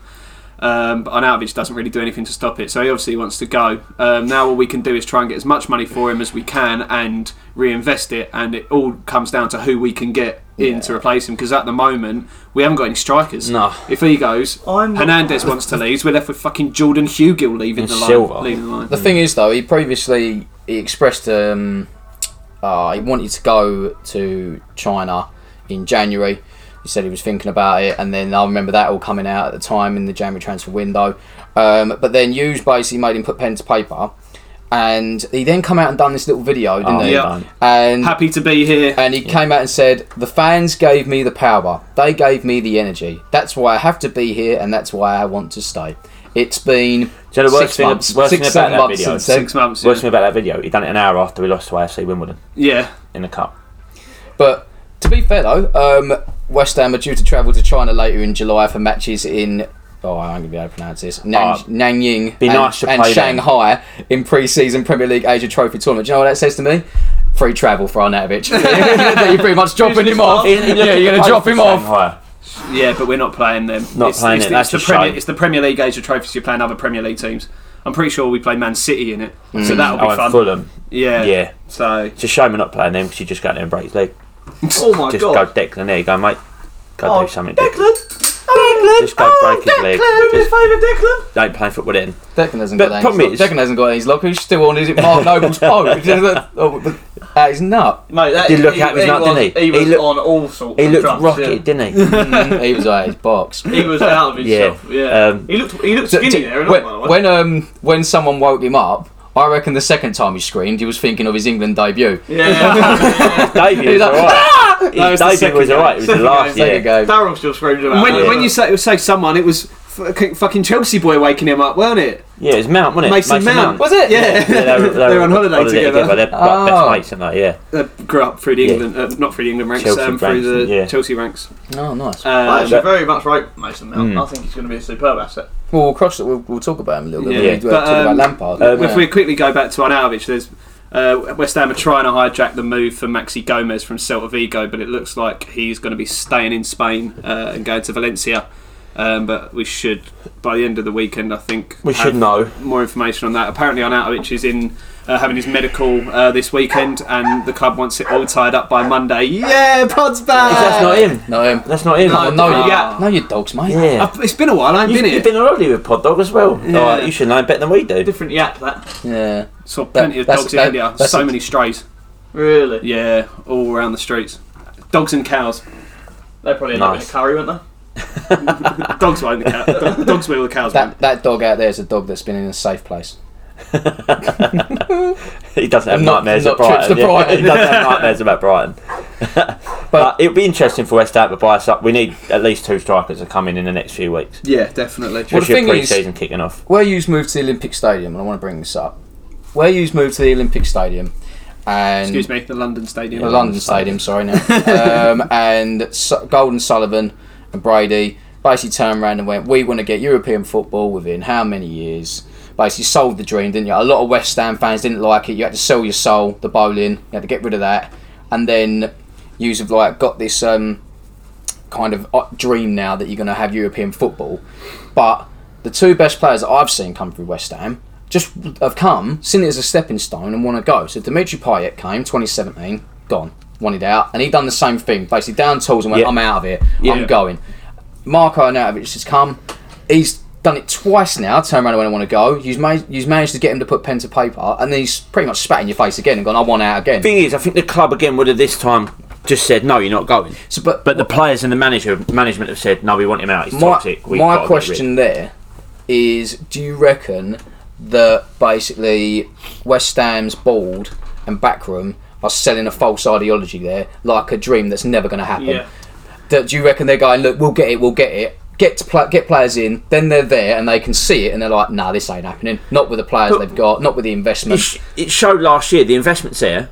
C: Um, but Arnautovic doesn't really do anything to stop it, so he obviously wants to go. Um, now all we can do is try and get as much money for him as we can and reinvest it, and it all comes down to who we can get in to replace him. Because at the moment we haven't got any strikers.
E: No.
C: If he goes,
B: I'm not-
C: Hernandez wants to leave. so We're left with fucking Jordan Hugill leaving
E: And
C: the
E: Silva.
C: line. Leaving the line.
A: the thing is, though, he previously he expressed um, uh, he wanted to go to China in January. He said he was thinking about it, and then I remember that all coming out at the time in the January transfer window. Um, but then Hughes basically made him put pen to paper, and he then come out and done this little video, didn't
E: Oh,
A: he?
C: yeah.
A: And
C: Happy to be here.
A: and he came out and said, "The fans gave me the power. They gave me the energy. That's why I have to be here, and that's why I want to stay." It's been
E: Do you know the worst
A: six
E: thing-
A: months,
E: worst
A: six
E: thing about
A: seven
E: that
A: months
E: video?
A: since then.
C: Six months.
E: Worst
C: yeah.
E: thing about that video, he done it an hour after we lost to AFC Wimbledon
C: yeah.
E: in the cup.
A: But to be fair though, um, West Ham are due to travel to China later in July for matches in. Oh, I'm going to be able to pronounce this. Nan-
E: Oh,
A: Nanying
E: be
A: and,
E: nice to
A: and
E: play them.
A: Shanghai in pre-season Premier League Asia Trophy tournament. Do you know what that says to me? Free travel for Arnautovic. you're pretty much dropping him off. Yeah, you're going to drop him off.
E: Shanghai.
C: Yeah, but we're not playing them.
E: Not
C: it's,
E: playing
C: it's,
E: it,
C: the-
E: that's
C: It's the,
E: a
C: Premier,
E: shame.
C: it's the Premier League Asia trophies. You're playing other Premier League teams. I'm pretty sure we play Man City in it, so that'll be
E: Oh,
C: fun.
E: and Fulham.
C: Yeah,
E: Yeah.
C: So
E: It's a shame we're not playing them because you just go out there and break his leg.
B: oh my
E: Just
B: god.
E: go Declan. There you go, mate. Go
B: oh,
E: do something.
B: Declan! Oh, Declan!
E: Just go
B: oh,
E: break his leg.
B: Declan! Do me a
E: Just-
B: favour, Declan!
E: Don't play football then.
A: Declan hasn't
E: But
A: got any.
E: problem
A: Problem
E: is-
A: Declan hasn't got any. He's like, he's still on. Is it Mark Noble's pole? oh, that is uh, nut.
B: Mate, that,
E: Did look at him,
B: he
E: not,
B: was,
E: didn't he?
B: He was
E: He looked-
B: on all sorts
E: He
B: of
E: looked
B: drugs,
E: rocket,
B: yeah.
E: didn't he?
A: He was out of his box.
B: He was out of himself, yeah.
E: Um,
B: he looked he looked
A: So,
B: skinny
A: t-
B: there, and all,
A: when,
B: by the way.
A: when um when someone woke him up, I reckon the second time he screamed, he was thinking of his England debut.
B: yeah, yeah.
E: David was
A: like,
E: alright.
C: No,
E: His
C: it's the
E: debut
C: second
E: was
C: game.
E: alright. It was the
B: Second
E: last
B: game.
A: Second
E: year.
A: game.
B: Daryl still screams about
C: when,
B: it.
C: when you say, say someone, it was fucking fucking Chelsea boy waking him up, weren't it?
E: Yeah, it was Mount, wasn't it?
C: Mason, Mount.
A: Was it?
C: Yeah,
E: Yeah, they were, they
C: They
E: were
C: were on holiday together.
E: They're like
A: Oh.
E: best mates, aren't they? Yeah.
C: They grew up through the
E: Yeah.
C: England, uh, not through the England ranks,
E: Chelsea
C: um, through
E: ranks,
C: the
E: yeah.
C: Chelsea ranks.
A: Oh, nice.
C: Um,
B: I actually
E: that-
B: very much rate Mason Mount.
E: Hmm.
B: I think he's going to be a superb asset.
A: Well, we'll cross. We'll, we'll talk about him a little bit.
C: Yeah.
A: when
E: Yeah.
A: We do
C: But,
A: talk
C: um,
A: about Lampard.
E: uh,
A: Yeah.
C: If we quickly go back to Arnautovic, there's uh, West Ham are trying to hijack the move for Maxi Gomez from Celta Vigo, but it looks like he's going to be staying in Spain uh, and going to Valencia. Um, but we should, by the end of the weekend, I think
E: We
C: have
E: should know.
C: more information on that. Apparently, Arnautovic is in uh, having his medical uh, this weekend, and the club wants it all tied up by Monday. Yeah, Pod's back.
E: That's not him.
A: no, him.
E: That's not him.
A: No, no, you,
C: yeah.
A: no, you dogs, mate.
E: Yeah.
C: I've- Uh, It's been a while. I ain't
E: You've,
C: been here.
E: you've been on holiday with Pod Dog as well. Like, you should know better than we do.
B: Different yap, that.
A: Yeah.
C: Saw plenty of
A: that's-
C: dogs in
A: that-
C: India.
A: that's
C: So
A: a-
C: many strays.
B: Really?
C: Yeah, all around the streets. Dogs and cows.
B: They probably end up in a
E: Nice.
B: curry, weren't they?
C: Dogs won't. The cow. Dogs will. The cows won't.
A: That that dog out there is a dog that's been in a safe place.
E: He doesn't have
A: Not-
E: nightmares
A: not
E: about
A: trips to
E: Brighton. yeah.
A: Brighton.
E: he doesn't have nightmares about Brighton. but, it'll be interesting for West Ham to buy us up. We need at least two strikers to come in in the next few weeks.
C: Yeah, definitely.
A: Well, the
E: Especially
A: thing is-
E: pre-season kicking off.
A: Where you's moved to the Olympic Stadium, and I want to bring this up. Where you's moved to the Olympic Stadium, and
C: Excuse me, the London Stadium.
A: the London Stadium, sorry now. um, and Su- Golden Sullivan and Brady basically turned around and went, "We want to get European football within how many years?" Basically, sold the dream, didn't you? A lot of West Ham fans didn't like it. You had to sell your soul, the bowling. You had to get rid of that, and then you have like got this um, kind of uh, dream now that you're going to have European football, but the two best players that I've seen come through West Ham just have come, seen it as a stepping stone, and want to go. So Dimitri Payet came 2017, gone, wanted out, and he done the same thing. Basically, down tools and went,
E: Yeah.
A: "I'm out of here.
E: Yeah.
A: I'm going." Marko Arnautovic has come. He's done it twice now. Turn around when I want to go. You've, ma- you've managed to get him to put pen to paper, and then he's pretty much spat in your face again and gone, "I want out again."
E: Thing is, I think the club again would have this time just said no, you're not going.
A: So, but
E: But the players and the manager management have said no, we want him out. He's
A: my,
E: toxic. We've got to
A: my
E: get
A: question there is do you reckon that basically West Ham's board and backroom are selling a false ideology there like a dream that's never going to happen
B: Yeah.
A: that do you reckon they're going look we'll get it we'll get it get to pla get players in then they're there and they can see it and they're like nah this ain't happening not with the players they've got not with the
E: rid- It,
A: investment
E: sh- it showed last year the investments there.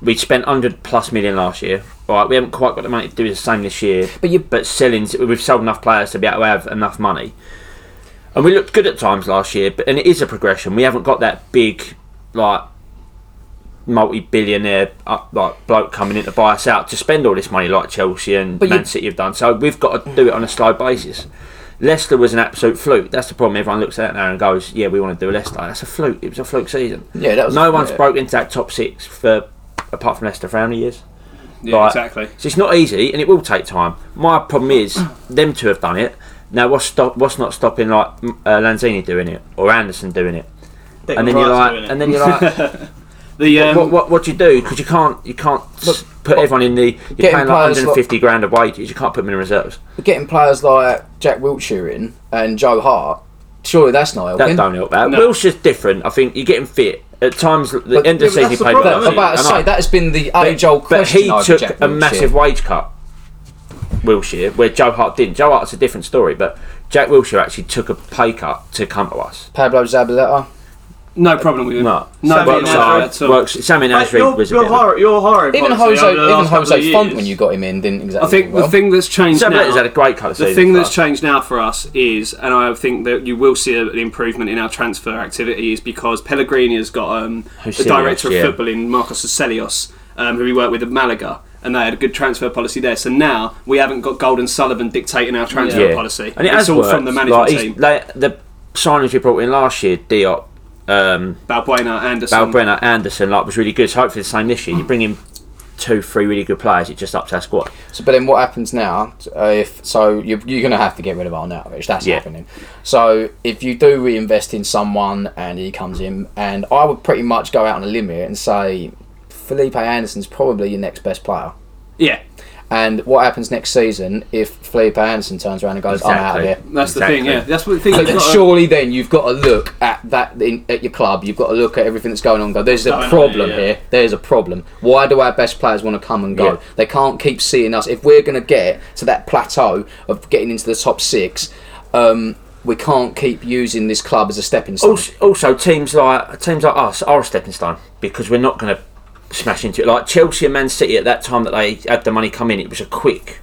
E: We spent hundred plus million last year. Right, we haven't quite got the money to do the same this year.
A: But you-
E: but selling, we've sold enough players to be able to have enough money. And we looked good at times last year, but and it is a progression. We haven't got that big, like, multi-billionaire up, like bloke coming in to buy us out to spend all this money like Chelsea and
A: But you-
E: Man City have done. So we've got to do it on a slow basis. Leicester was an absolute fluke. That's the problem. Everyone looks at that now and goes, "Yeah, we want to do Leicester." That's a fluke. It was a fluke season.
A: Yeah, that was-
E: no one's
A: yeah.
E: broke into that top six for apart from Leicester for how many years?
C: Yeah,
E: Right.
C: exactly.
E: So it's not easy, and it will take time. My problem is them two have done it. Now what's stop? What's not stopping like m- uh, Lanzini doing it or Anderson doing it?
B: Declan
E: And then you're
B: Rice
E: like,
B: doing it.
E: and then you're like,
C: The um,
E: what, what, what do you do? Because you can't, you can't s put everyone in the. You're
A: getting
E: paying like
A: players
E: 150 grand of wages. You can't put them in reserves.
A: getting players like Jack Wiltshire in and Joe Hart surely that's not
E: That
A: helping
E: don't help out. Wilshire's different. I think you're getting fit at times. The end
A: yeah,
E: of season
B: that's
E: he
B: the
E: played.
B: problem,
E: well,
A: I'm
B: isn't it?
A: about to
E: I know.
A: say that has been the age-old
E: but
A: question
E: he
A: over
E: took
A: Jack
E: a
A: Wilshere.
E: massive wage cut. Wilshire, where Joe Hart didn't. Joe Hart's a different story, but Jack Wilshire actually took a pay cut to come to us.
A: Pablo Zabaleta.
C: no problem with him.
E: No,
C: no
B: Sammy
C: problem
E: works
C: with
B: Nasri.
C: him
E: hard.
C: at all.
E: Works. Sammy
B: Mate,
E: Nasri
B: your,
E: was a
B: your,
E: bit of a-
B: hor- your hiring
A: Even
B: policy
A: Jose,
B: over the
A: even
B: last couple of
A: Jose Font
B: years-
A: when you got him in didn't exactly.
C: I think
A: well.
C: the thing that's changed
E: Zabaleta's
C: now,
E: had a great cut of
C: the
E: season
C: thing
E: for
C: that's
E: us.
C: changed now for us is, and I think that you will see an improvement in our transfer activity, is because Pellegrini has got um,
E: Who's
C: the
E: Celios,
C: director of
E: yeah.
C: football in Marcos Celios, um, who we worked with at Malaga, and they had a good transfer policy there. So now we haven't got Golden Sullivan dictating our transfer policy.
E: and it
C: it's
E: has
C: all
E: worked.
C: from the management
E: Like, he's-
C: team.
E: like, the signings we brought in last year, Diop, um,
C: Balbuena, Anderson,
E: Balbrenner, Anderson, like was really good. So hopefully the same this year. You bring in two, three really good players, it just ups our squad.
A: So, but then what happens now? Uh, if so, you're, you're going to have to get rid of Arnautovic. That's
E: Yeah.
A: happening. So if you do reinvest in someone and he comes in, and I would pretty much go out on a limb here and say Felipe Anderson's probably your next best player.
C: Yeah,
A: And what happens next season if Felipe Anderson turns around and goes, "I'm out of
E: Exactly.
A: here"?
C: that's the thing.
E: Exactly.
C: Yeah, that's what the thing. uh,
A: But
C: they've
A: then
C: got to-
A: surely then you've got to look at that in, at your club. You've got to look at everything that's going on. and Go, there's a
B: Going on,
A: problem
B: yeah.
A: here. There's a problem. Why do our best players want to come and go?
E: Yeah.
A: They can't keep seeing us. If we're going to get to that plateau of getting into the top six, um, we can't keep using this club as a stepping stone.
E: Also, also teams like teams like us are a stepping stone because we're not going to smash into it. Like Chelsea and Man City at that time that they had the money come in, it was a quick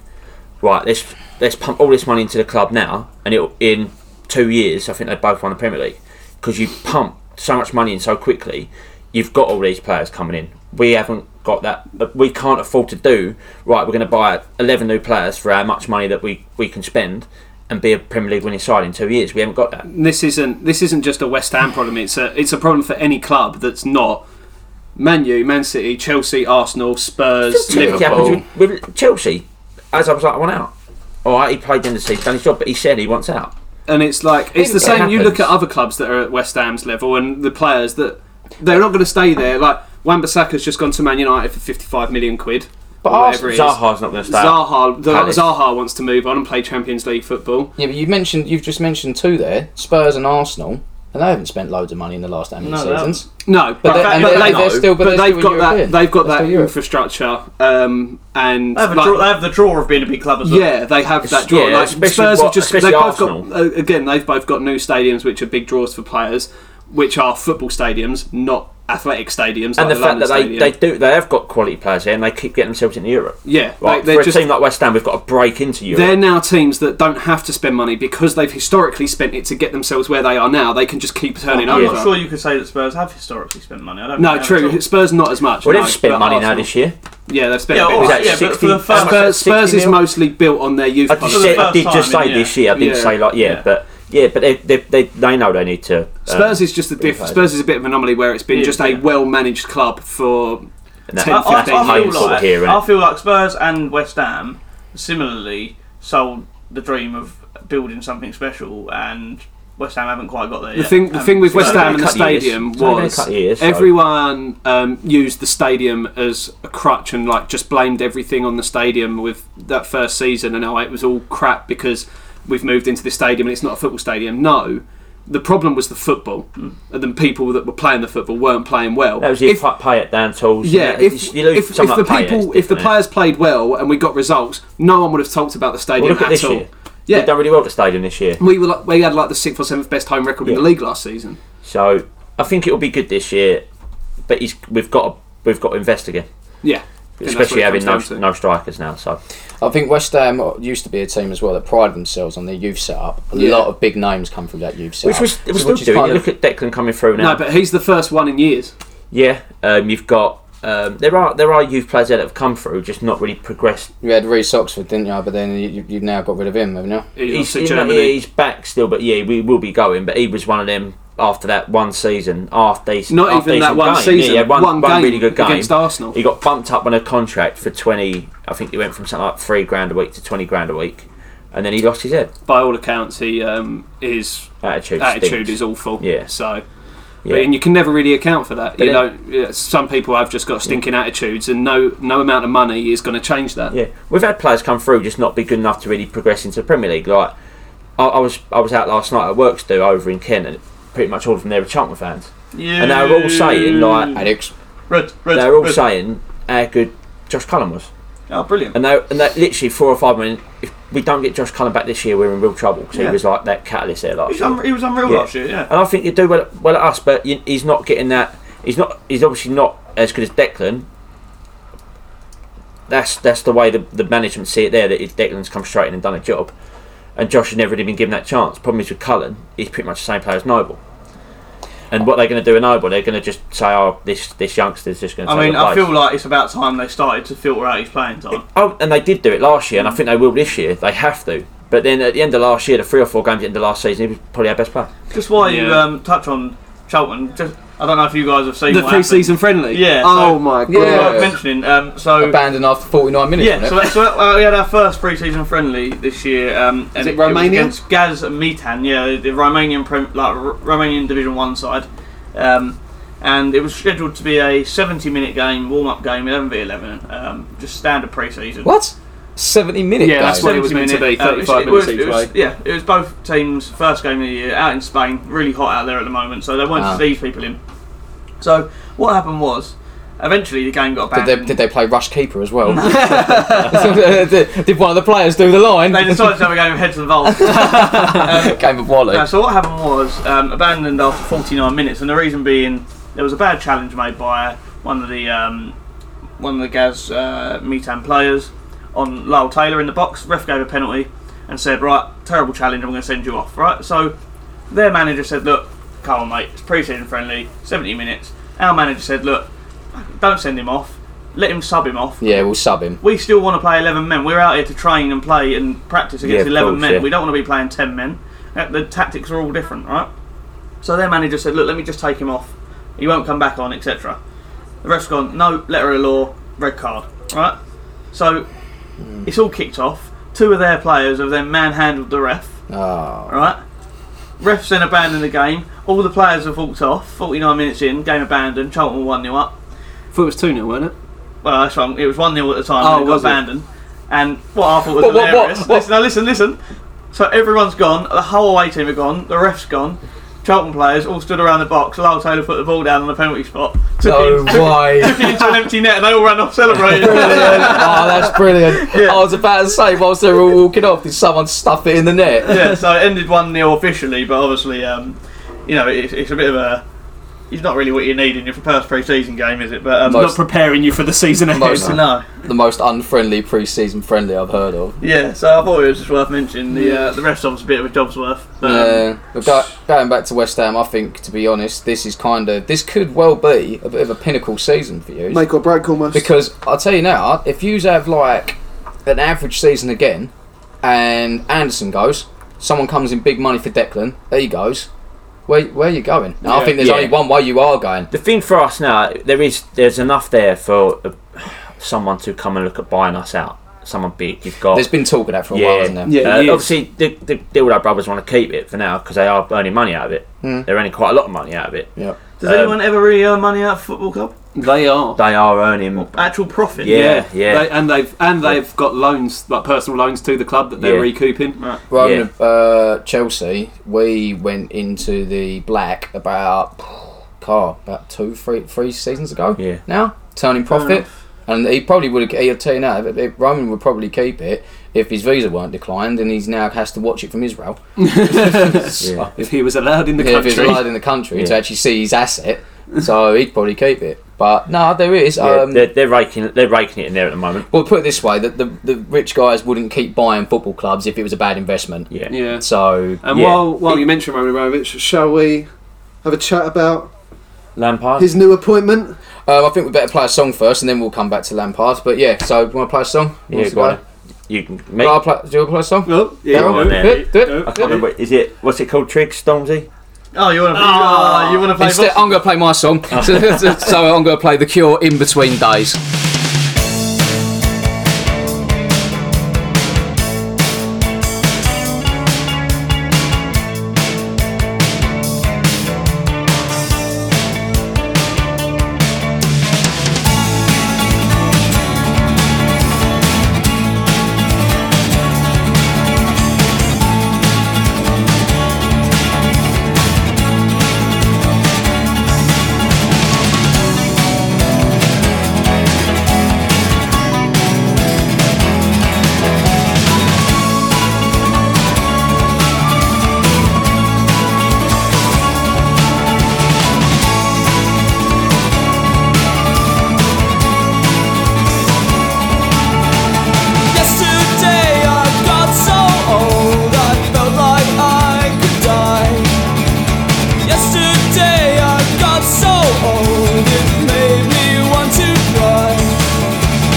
E: right. Let's let's pump all this money into the club now, and it in two years I think they both won the Premier League because you pump so much money in so quickly. You've got all these players coming in. We haven't got that. We can't afford to do right. We're going to buy eleven new players for how much money that we we can spend. And be a Premier League winning side in two years. We haven't got that.
C: this isn't this isn't just a West Ham problem. It's a it's a problem for any club that's not Man U, Man City, Chelsea, Arsenal, Spurs,
E: It
C: Liverpool.
E: happens with, with Chelsea. As I was like, I want out. All right, he played in the season, done his job, but he said he wants out.
C: And it's like it's the
A: It
C: same. You look
A: happens.
C: at other clubs that are at West Ham's level and the players that they're not going to stay there. Like Wan-Bissaka's just gone to Man United for fifty-five million quid. But whatever it is.
E: Zaha's not going to stay.
C: Zaha, the,
E: Palace.
C: Zaha wants to move on and play Champions League football.
A: Yeah, but you mentioned you've just mentioned two there: Spurs and Arsenal, and they haven't spent loads of money in the last how many
B: No, they
A: seasons.
C: No, but,
A: they-
C: but,
A: and they-
C: they,
A: they're still- but
C: but
A: they're
C: they've
A: still
C: got
A: European.
C: that. They've got
A: They're
C: that
A: still Europe.
C: infrastructure, um, and
B: They have, a
C: like-
B: draw, they have the draw of being a big club as well.
C: Yeah, they have that draw.
E: yeah,
C: like,
E: especially
C: Spurs
E: what-
C: have just
E: especially
C: they've both got
E: Arsenal.
C: uh, again they've both got new stadiums which are big draws for players, which are football stadiums, not athletic stadiums.
E: and
C: like
E: the fact
C: London
E: that they,
C: Stadium.
E: they do they have got quality players here and they keep getting themselves into Europe.
C: yeah,
E: Right,
C: they,
E: for
C: are
E: a
C: just
E: team like West Ham, we've got to break into Europe.
C: they're now teams that don't have to spend money because they've historically spent it to get themselves where they are now. They can just keep turning
E: Oh,
B: I'm
C: over.
B: not sure you could say that Spurs have historically spent money. I don't
C: No,
B: think they have at
C: true.
B: all.
C: Spurs not as much.
E: well,
C: no,
E: they've spent
C: but
E: money now
C: Arsenal-
E: this year.
C: Yeah, they've spent.
B: Yeah,
C: a bit
E: Is
B: all
C: more.
E: that
B: right, yeah, but
E: 60?
B: for the first-
E: How much is
C: Spurs,
E: that,
C: Spurs
E: 60
C: is
E: mil?
C: mostly built on their youth.
E: I, just
C: policy.
E: said, I
B: first
E: did just
B: time,
E: say
B: yeah.
E: this year. I didn't
C: Yeah.
E: say like yeah,
B: Yeah.
E: but Yeah, but they they, they, they know they need to. um,
C: Spurs is just a diff-
E: Unified.
C: Spurs is a bit of an anomaly where it's been
B: Yeah,
C: just a
B: yeah.
C: well-managed club for
E: and that-
C: I- I-
B: I, I,
E: 15
B: I feel
E: pounds sort of
B: like,
E: here, eh?
B: I
E: innit?
B: feel like Spurs and West Ham similarly sold the dream of building something special, and West Ham haven't quite got there.
C: The
B: yet.
C: thing, the
B: Um,
C: thing with
B: so-
C: West Ham and the
E: It's only been a
C: stadium
E: couple of years.
C: was
E: It's only been a couple of years, so-
C: everyone um, used the stadium as a crutch and like just blamed everything on the stadium with that first season and oh it was all crap because we've moved into this stadium and it's not a football stadium. No, the problem was the football and then people that were playing the football weren't playing well.
E: Hmm. That was
C: If-
E: if, Payet, Dan Tools.
C: yeah, if,
E: you lose
C: if, if
E: someone
C: the
E: like Payet,
C: people,
E: it's
C: if the
E: different, innit?
C: players played well and we got results, no one would have talked about the
E: well,
C: stadium
E: look at
C: at
E: this
C: all.
E: year.
C: Yeah.
E: They've done really well at the stadium this year.
C: We were like, we had like the sixth or seventh best home record in the
E: Yeah.
C: league last season.
E: So I think it'll be good this year, but he's, we've got to, we've got to invest again,
C: Yeah, I think that's
E: especially
C: what it
E: having no,
C: comes down to.
E: no strikers now. So
A: I think West Ham used to be a team as well that prided themselves on their youth setup. A
C: Yeah.
A: lot of big names come through that youth setup.
E: which was it was
A: So which is
E: still doing.
A: kind
E: You
A: of-
E: look at Declan coming through now.
C: No, but he's the first one in years.
E: yeah, um, you've got um, there are there are youth players there that have come through, just not really progressed.
A: you had Reece Oxford, didn't you? But then you, you- you've now got rid of him, haven't you?
E: He's,
C: He's, in
E: he's-
C: Germany.
E: yeah, he's back still, but yeah, we will be going. But he was one of them after that one season, half decent,
C: Not
E: half
C: even that
E: decent
C: one
E: game.
C: season,
E: Yeah, yeah, one,
C: one game
E: really good game
C: against Arsenal.
E: He got bumped up on a contract for twenty. I think he went from something like three grand a week to twenty grand a week, and then he lost his head.
C: By all accounts, he um, his
E: Attitude,
C: attitude
E: stinks.
C: is awful.
E: Yeah.
C: So,
E: Yeah.
C: but, and you can never really account for that.
E: But
C: you
E: it-
C: know, yeah, some people have just got stinking attitudes, and no no amount of money is going to change that.
E: Yeah, we've had players come through just not be good enough to really progress into the Premier League. Like I, I was, I was out last night at works do over in Kent, and pretty much all of them there were Cheltenham fans,
B: Yeah.
E: and they were all saying like
A: Alex.
B: Red, red,
E: they were all
B: red.
E: saying how good Josh Cullen was,
B: Oh, brilliant.
E: and they and that literally four or five minutes. If we don't get Josh Cullen back this year, we're in real trouble because
B: Yeah.
E: he was like that catalyst there
B: He
E: last
B: was,
E: year.
B: un- he was unreal
E: Yeah.
B: last year, yeah.
E: And I think you do well, well at us, but you, he's not getting that. He's not. He's obviously not as good as Declan. That's that's the way the, the management see it there. That it- Declan's come straight in and done a job, and Josh has never really been given that chance. Problem is with Cullen, he's pretty much the same player as Noble. And what they're going to do in Noble, they're going to just say, "Oh, this this youngster's just going to."
B: I mean, I feel like it's about time they started to filter out his playing time.
E: Oh, and they did do it last year, and
B: Mm.
E: I think they will this year. They have to. But then at the end of last year, the three or four games at the end of last season, he was probably our best player.
B: Just why you
C: Yeah.
B: um, touch on Charlton, just, I don't know if you guys have seen
C: The
B: what
C: pre-season friendly.
B: Yeah,
C: Oh
B: so-
C: my
A: Yeah.
C: god.
B: happened. Worth mentioning. Um, so,
A: Abandoned after 49 minutes.
B: Yeah,
A: wasn't
B: so,
A: it?
B: so uh, we had our first pre-season friendly this year. Um, and
C: it
B: was
C: Romania?
B: against Gaz Mitan, yeah, the Romanian prem, like R- Romanian Division One side, um, and it was scheduled to be a 70-minute game, warm-up game, 11 v 11, um, just standard pre-season.
A: what? 70 minutes.
C: Yeah, that's what it was meant to be.
B: 70 minute,
C: Thirty-five
B: um, it's-
C: minutes
B: it
C: each
B: was-
C: way.
B: it was- Yeah, it was both teams' first game of the year out in Spain, really hot out there at the moment, so they wanted
A: Ah.
B: to see these people in. So what happened was, eventually the game got
A: Did
B: abandoned.
A: they, did they play rush keeper as well? did did one of the players do the line?
B: They decided to have a game of heads and balls.
A: Game of Wallet.
B: No, so what happened was um, abandoned after 49 minutes, and the reason being there was a bad challenge made by one of the um, one of the Gaz uh, Mitan players on Lyle Taylor in the box. Ref gave a penalty and said, "Right, terrible challenge. I'm going to send you off." Right, so their manager said, "Look, come on, mate. It's pre-season friendly, 70 minutes." Our manager said, "Look, don't send him off. Let him sub him off."
A: yeah, we'll sub
E: Mm.
A: him.
B: we still want to play 11 men. We're out here to train and play and practice against
E: Yeah, of
B: 11
E: course,
B: men.
E: yeah.
B: We don't want to be playing 10 men. Uh, The tactics are all different, right? So their manager said, look, let me just take him off. He won't come back on, etc. The ref's gone, no, letter of law, red card, right? So
E: Mm.
B: it's all kicked off. Two of their players have then manhandled the ref,
E: Ah.
A: Oh,
B: right? Ref's then abandoned the game. All the players have walked off. 49 minutes in, game abandoned. Charlton 1 0 up.
C: thought it was 2 0, wasn't it?
B: Well, that's wrong. uh, It was 1 0 at the time,
C: Oh,
B: and it got
C: was it?
B: abandoned. And what I thought was
A: What, what, what,
B: hilarious.
A: what?
B: Listen, now listen, listen. So everyone's gone, the whole away team are gone, the ref's gone, Charlton players all stood around the box. Lyle Taylor put the ball down on the penalty spot, took,
A: no
C: Oh,
B: it, in-
A: way.
B: took it into an empty net, and they all ran off celebrating.
A: oh, that's brilliant. I was about to say, whilst they were all walking off, did someone stuff it in the net?
B: yeah, so it ended 1 0 officially, but obviously, um, you know, it's, it's a bit of a. It's not really what you need in your first pre season game, is it? But um,
A: Most-
C: Not preparing you for the season ahead.
A: Most-
B: no.
A: The most unfriendly pre-season friendly I've heard of.
B: Yeah, so I thought it was just worth mentioning. The, uh, the ref's obviously a bit of a job's worth. But, um,
A: Yeah, but go, going back to West Ham, I think to be honest, this is kind of this could well be a bit of a pinnacle season for you.
C: or break almost.
A: Because I'll tell you now, if you have like an average season again, and Anderson goes, someone comes in big money for Declan, there he goes. Where, where are you going? And I
C: Yeah.
A: think there's
E: Yeah.
A: only one way you are going.
E: The thing for us now, there is there's enough there for uh, someone to come and look at buying us out. Someone big, you've got.
A: There's been talk of that for a while, isn't there?
C: Yeah.
E: Uh,
C: years.
E: obviously, the, the deal with our brothers want to keep it for now because they are earning money out of it.
A: Hmm.
E: They're earning quite a lot of money out of it.
A: Yeah.
B: Does anyone ever really earn money out of football club?
C: They are.
E: They are
A: Um,
E: earning.
B: Actual profit?
E: Yeah, yeah.
C: They, and they've and they've got loans, like personal loans to the club that they're
E: Yeah.
C: recouping.
B: Right.
A: Well,
E: Yeah.
A: uh, Chelsea, we went into the black about car about two, three, three seasons ago.
E: Yeah.
A: Now turning profit, and he probably would have. He'd have taken out. of it, but Roman would probably keep it if his visa weren't declined, and he's now has to watch it from Israel.
E: Yeah.
C: If he was allowed in the
A: Yeah, if it's
C: country,
A: allowed in the country to
E: Yeah.
A: actually see his asset, so he'd probably keep it. But no, there is.
E: Yeah,
A: um,
E: they're, they're raking. They're raking it in there at the moment.
A: well, put it this way: that the, the rich guys wouldn't keep buying football clubs if it was a bad investment.
E: Yeah.
C: yeah.
A: So
C: And
E: Yeah.
C: while while you mention Roman Abramovich, shall we have a chat about
E: Lampard.
C: his new appointment?
A: Um, I think we better play a song first, and then we'll come back to Lampard. But yeah, so want to play a song? Who
E: yeah,
A: wants to
E: go on. You can make.
A: Go? I'll play, do you want to play a song?
C: Oh,
A: Go
E: go
A: on,
E: on
A: do
E: then.
A: it, do it.
E: I can't remember. Is it what's it called? Triggs Stormzy.
B: Oh, you want to play? Oh, you want to play?
A: Instead,
B: Vos-
A: I'm going to play my song. so, so I'm going to play The Cure in between days.
F: Yesterday I got so old I felt like I could die. Yesterday I got so old it made me want to cry.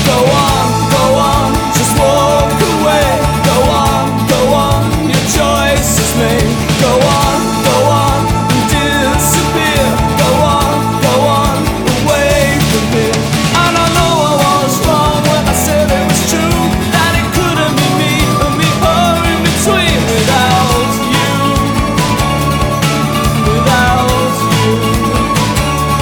F: Go on, go on, just walk away. Go on, go on, your choice is made. Go on, go on, and disappear. Go on, go on, away from here. And I know I was wrong when I said it was true. That it couldn't be me and me or in between without you. Without you.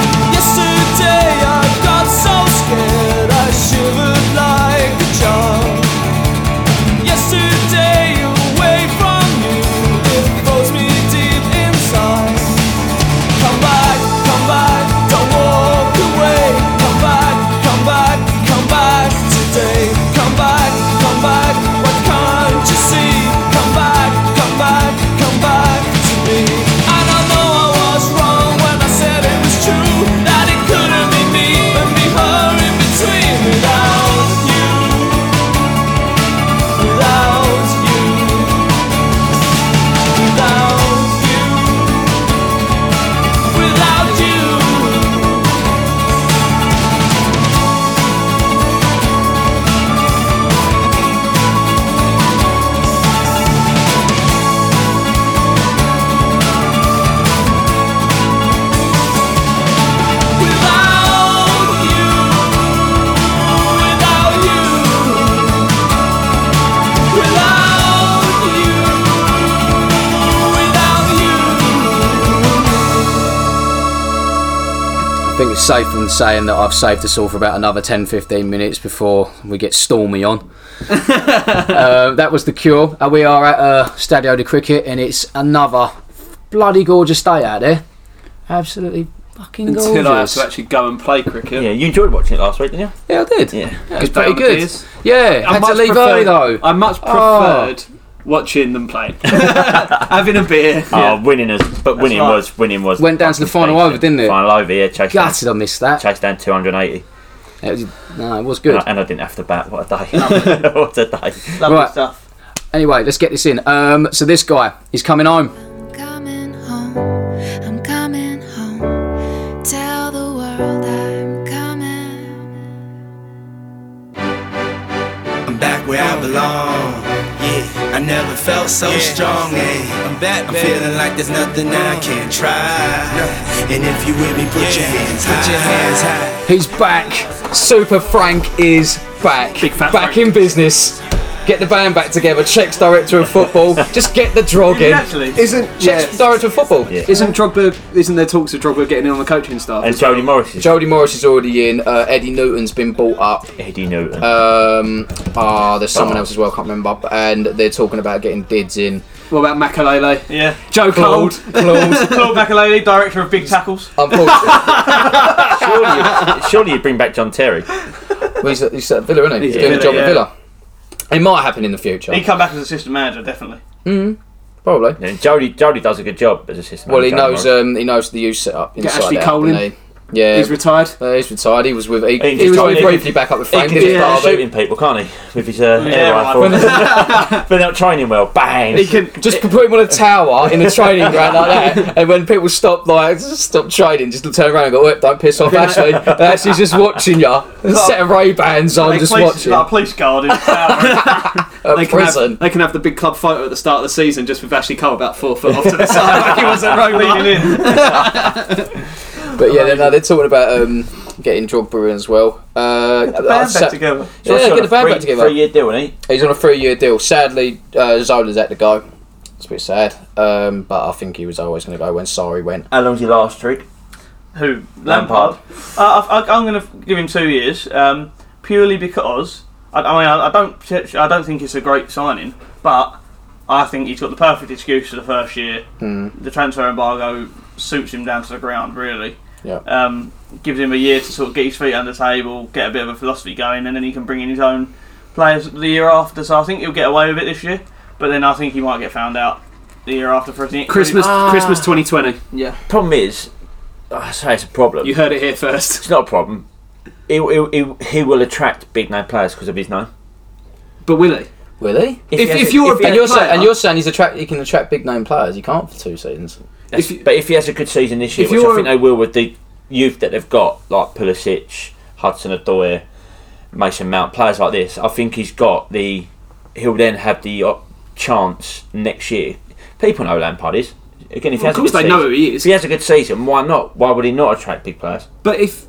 F: Yesterday I got so scared I shivered like a child. Yesterday away from you it froze me deep inside. Come back, come back, don't walk away. Come back, come back, come back today. Come back, come back, what can't you see? Come back, come back, come back to me. And I know I was wrong when I said it was true that it couldn't be me and me her in between without you, without you, without you without you. Without you, without you, without you, without you.
A: I think it's safe in saying that I've saved us all for about another 10 15 minutes before we get stormy on. uh, that was The Cure. Uh, we are at uh, Stadio de Cricket, and it's another bloody gorgeous day out there. Absolutely fucking gorgeous.
C: Until I have to actually go and play cricket.
E: Yeah, you enjoyed watching it last week, didn't you?
A: Yeah, I did.
E: Yeah.
A: It was
C: Down
A: pretty
C: the
A: good.
C: piers.
A: Yeah, I had to
C: much
A: leave early
C: preferred-
A: though.
C: I much preferred watching them play, having a beer.
E: Oh, winning is, but winning
C: right.
E: was winning was.
A: Went down to the
E: fucking
A: final
E: decent.
A: over, didn't it?
E: Final over, yeah. Chased down,
A: Gutted I missed that.
E: chased down 280,
A: It was, no, it was
E: and
A: good.
E: I, and I didn't have to bat. What a day! what a day!
B: Lovely
A: Right.
B: stuff.
A: Anyway, let's get this in. Um, so this guy, he's coming home.
H: coming home. I'm coming home. Tell the world I'm coming. so strong, ayy. I'm back, I'm feeling like there's nothing I can try. And if you with me, put your hands high. Put your hands high.
A: He's back. Super Frank is back.
C: Big fat
A: back
C: Frank.
A: in business. Get the band back together. Checks director of football. Just get the drog in.
B: Actually,
C: Isn't yeah,
A: Checks director of football.
E: Yeah.
C: isn't Drogba? Isn't there talks of Drogba getting in on the coaching staff?
E: And Jody Morris is
A: Jody Morris is already in. Uh, Eddie Newton's been bought up.
E: Eddie Newton.
A: Um, ah, there's someone else as well. I can't remember. And they're talking about getting Dids in.
C: what about Makalele?
B: yeah.
C: Joe Cold.
A: Claude.
B: Claude McAlealy, director of Big Tackles.
A: Oh. Unfortunately,
E: surely, you, surely you bring back John Terry.
A: well, he's, at- he's at Villa, isn't he? He's
E: He's at
A: doing a
B: Villa,
A: job
B: yeah.
A: at Villa. It might happen in the future.
B: He'd come back as assistant manager, definitely.
A: Probably.
E: And Jody Jody does a good job as assistant.
A: Well, he
E: manager,
A: knows.
E: Jody Morris.
A: Um, he knows the youth setup inside
C: Ashley
A: out,
C: Cole in.
A: doesn't he? Yeah,
C: He's retired.
A: Uh, he's retired. He was with. He,
E: He
A: he was
E: retired.
A: with
E: He-
A: briefly back up with
E: he
A: Frank.
E: can
A: didn't he,
E: just start
A: Barber?
E: shooting people, can't he? With his uh, air
B: air
E: rifle. They're not training well. Bang.
C: He can.
A: Just put him on a tower in a training ground like that, and when people stop, like just stop training, just turn around and go, "Wait, "Don't piss off, Ashley." They're actually just watching you. A set of Ray Bans on,
B: Like
A: just
B: police,
A: watching.
B: Like a police guard in the tower.
A: at
C: They can,
A: prison.
C: have, they can have the big club photo at the start of the season just with Ashley Cole about four foot off to the side like he was a
B: leaning
C: robot.
B: in.
A: but yeah, they're, no, they're talking about um, getting Drogba in as well. Uh,
B: Band back together.
E: So he's
A: Yeah,
E: got
A: get
E: a
A: the band
E: three-
A: back together.
E: Three-year deal, isn't he?
A: He's on a three-year deal. Sadly, uh, Zola's had to go. It's a bit sad, um, but I think he was always going to go when Sari went.
E: How long's your last streak?
B: Who?
E: Lampard.
B: Lampard. Uh, I, I, I'm going to give him two years, um, purely because I, I mean I, I don't I don't think it's a great signing, but I think he's got the perfect excuse for the first year. The transfer embargo suits him down to the ground really.
A: Yeah.
B: Um, gives him a year to sort of get his feet under the table, get a bit of a philosophy going, and then he can bring in his own players the year after. So I think he'll get away with it this year, but then I think he might get found out the year after for a
C: Christmas, Christmas 2020.
E: Problem is, I say it's a problem.
C: You heard it here first.
E: It's not a problem. He, he, he, he will attract big name players because of his name.
C: But will he?
A: Will he?
E: he
C: If-
E: has
C: if you're a
E: he
A: And
E: has-
A: you're,
C: player.
A: saying, and you're saying he's attract, he can attract big name players. He can't for two seasons.
E: That's-
C: If you-
E: but if he has a good season this year,
C: If
E: which I
C: you're-
E: think they will with the youth that they've got, like Pulisic, Hudson Odoi, Mason Mount, players like this, I think he's got the. He'll then have the op- chance next year. People know Lampard is. Again, if he
C: Well,
E: has
C: of course
E: a good
C: they
E: season,
C: know who he is.
E: If he has a good season, why not? Why would he not attract big players?
C: But if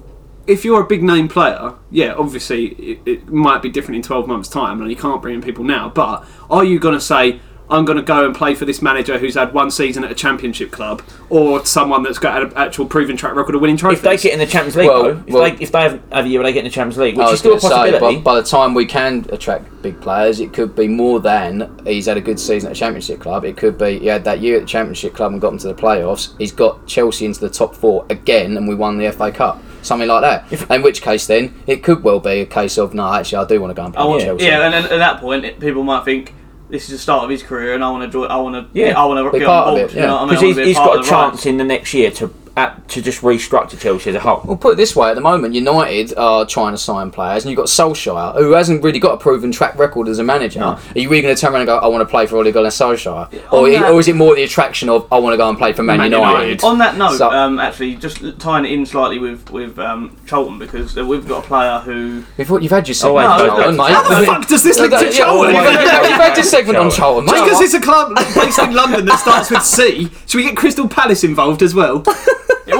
C: if you're a big name player, yeah, obviously it, it might be different in 12 months' time, and you can't bring in people now. But are you going to say? I'm going to go and play for this manager who's had one season at a championship club, or someone that's got an actual proven track record of winning
E: If they
C: trophies.
E: get in the Champions League,
A: Well,
E: though, if
A: well-
E: they if they have, have a year where they get in the Champions League, which
A: I
E: is
A: was
E: still a
A: going to say,
E: possibility.
A: but by the time we can attract big players, it could be more than he's had a good season at the Championship club. It could be he had that year at the Championship club and got him to the playoffs. He's got Chelsea into the top four again, and we won the FA Cup. Something like that. In which case, then it could well be a case of no, actually, I do want to go and play
B: I
A: for
B: want, yeah,
A: Chelsea.
B: and then at that point, it, people might think this is the start of his career, and I want to join. I want to.
E: Yeah,
B: Yeah, I want to
A: be
B: get
A: part
B: on
A: of
B: board.
A: it,
B: you know
A: yeah.
B: what I mean?
E: because
B: I
E: he's,
B: wanna be
E: he's
B: part
E: got a
B: of the ride.
E: chance in the next year to at, to just restructure Chelsea as a whole.
A: Well, put it this way: at the moment, United are trying to sign players, and you've got Solskjaer, who hasn't really got a proven track record as a manager. Are you really going to turn around and go, "I want to play for Ole Gunnar Solskjaer," or,
B: On that-
A: or is it more the attraction of "I want to go and play for Man,
C: Man
A: United"?
C: United.
B: On that note,
A: So-
B: um, actually, just tying it in slightly with with um, Cholton because uh, we've got a player who
A: We've got- you've had your segment
C: Oh,
E: wait,
A: on
E: no,
A: Charlton, mate.
C: How the fuck does this link to
A: Yeah,
C: Charlton?
A: You've had you've had your segment on Charlton,
C: Just because
A: mate.
C: it's a club based in London that starts with C, should we get Crystal Palace involved as well? Come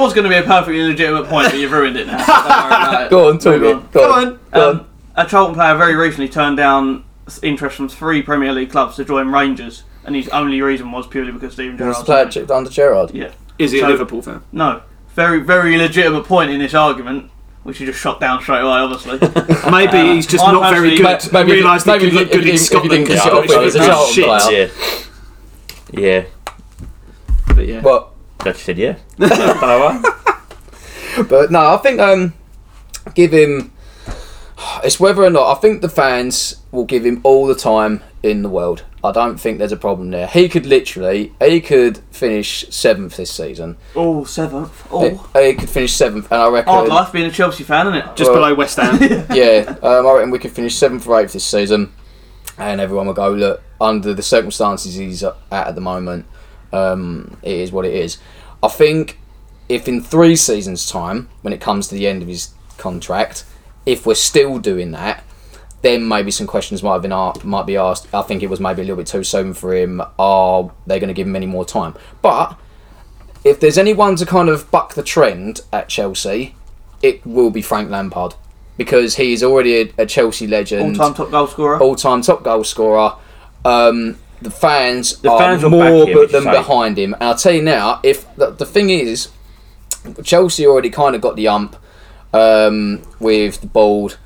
B: it was going to be a perfectly legitimate point, but you've ruined it now. so don't worry about it.
A: Go on, talk
B: Move on.
A: it. Go
C: on.
B: Um, a Charlton player very recently turned down s- interest from three Premier League clubs to join Rangers, and his only reason was purely because Steven
A: He's
B: Gerrard.
A: played Ger- under Gerard.
B: Yeah.
C: Is he a
B: So-
C: Liverpool fan?
B: No. Very, very legitimate point in this argument, which you just shot down straight away, obviously.
C: Maybe
B: Uh,
C: he's just
B: I'm
C: not very
B: actually-
C: good.
A: Ma- maybe-
C: realised he
A: maybe
C: could
A: if
C: look
A: you-
C: good
A: if you-
C: in
A: if you
C: Scotland.
A: didn't get
C: because
A: it off
C: Scottish
A: him as a
C: football
A: Charlton
C: shit.
A: player.
E: Yeah, yeah.
C: But yeah.
A: But
E: Judge said yeah. I don't know why.
A: But no, I think um, give him. It's whether or not I think the fans will give him all the time in the world. I don't think there's a problem there. He could literally, he could finish seventh this season.
B: Oh, seventh.
A: He,
B: Oh.
A: he could finish seventh, and I reckon.
B: Hard life being a Chelsea fan, isn't it?
C: just
A: Um, well-
C: below West Ham.
A: Yeah, um, I reckon we could finish seventh or eighth this season, and everyone will go look under the circumstances he's at at the moment. Um, it is what it is. I think if in three seasons' time, when it comes to the end of his contract, if we're still doing that, then maybe some questions might have been ar- might be asked. I think it was maybe a little bit too soon for him. Are they going to give him any more time? But if there's anyone to kind of buck the trend at Chelsea, it will be Frank Lampard because he is already a, a Chelsea legend,
B: All-time top goal scorer.
A: all-time top goal scorer. Um, the fans are
E: fans will
A: more
E: back
A: but
E: him, would you
A: than
E: say?
A: behind him. And I'll tell you now, if the, the thing is, Chelsea already kind of got the ump um, with the bald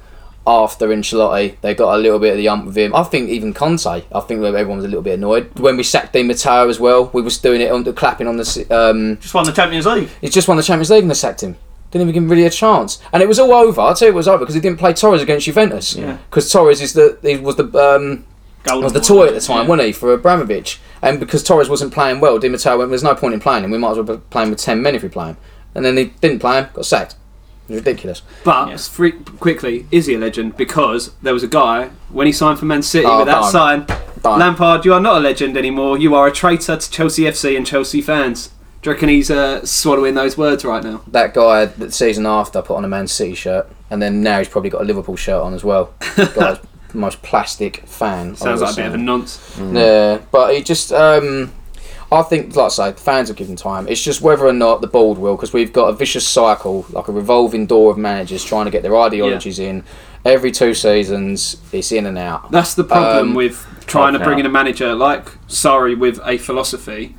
A: after Ancelotti. They got a little bit of the ump with him. I think even Conte. I think everyone was a little bit annoyed when we sacked Di Matteo as well. We was doing it on the clapping on the. s- Um,
B: Just won the Champions League.
A: he just won the Champions League and they sacked him. Didn't even give him really a chance, and it was all over. I tell you, it was over because he didn't play Torres against Juventus.
B: Yeah.
A: Because Torres is the he was the um,
B: Golden
A: was the toy
B: boy.
A: at the time,
B: Yeah.
A: wasn't he, for Abramovich? And because Torres wasn't playing well, Di Matteo went, "There's no point in playing him. We might as well be playing with ten men if we play him." And then he didn't play him, got sacked. It was ridiculous.
C: But
B: Yeah.
C: free, quickly, is he a legend? Because there was a guy when he signed for Man City
A: Oh,
E: Ah,
C: with that
A: don't.
C: sign,
A: Don't.
C: Lampard, you are not a legend anymore. You are a traitor to Chelsea FC and Chelsea fans. Do you reckon he's uh, swallowing those words right now?
A: That guy that season after put on a Man City shirt, and then now he's probably got a Liverpool shirt on as well. Guy's the most plastic fan. I've
C: Sounds
A: ever
C: like a bit of a
A: seen.
C: nonce.
A: Yeah, but he just. Um, I think, like I say, the fans have given time. It's just whether or not the board will, because we've got a vicious cycle, like a revolving door of managers trying to get their ideologies in. Every two seasons, it's in and out.
C: That's the problem
A: Um,
C: with trying to
E: okay.
C: bring in a manager like sorry with a philosophy,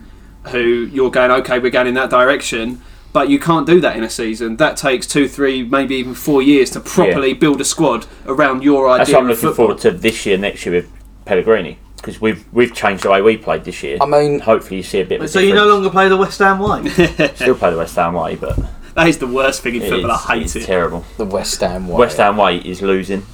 C: who you're going okay, we're going in that direction. But you can't do that in a season. That takes two, three, maybe even four years to properly build a squad around your idea.
E: That's what I'm
C: of
E: looking
C: football.
E: forward to this year, next year with Pellegrini because we've we've changed the way we played this year.
A: I mean-
E: hopefully you see a bit. Of a
B: So you no
E: difference.
B: longer play the West Ham white.
E: still play the West Ham way, but
C: That is the worst thing in
E: it
C: football.
E: is,
C: I hate
E: it's
C: it.
E: terrible.
A: The West Ham way.
E: West Ham way is losing.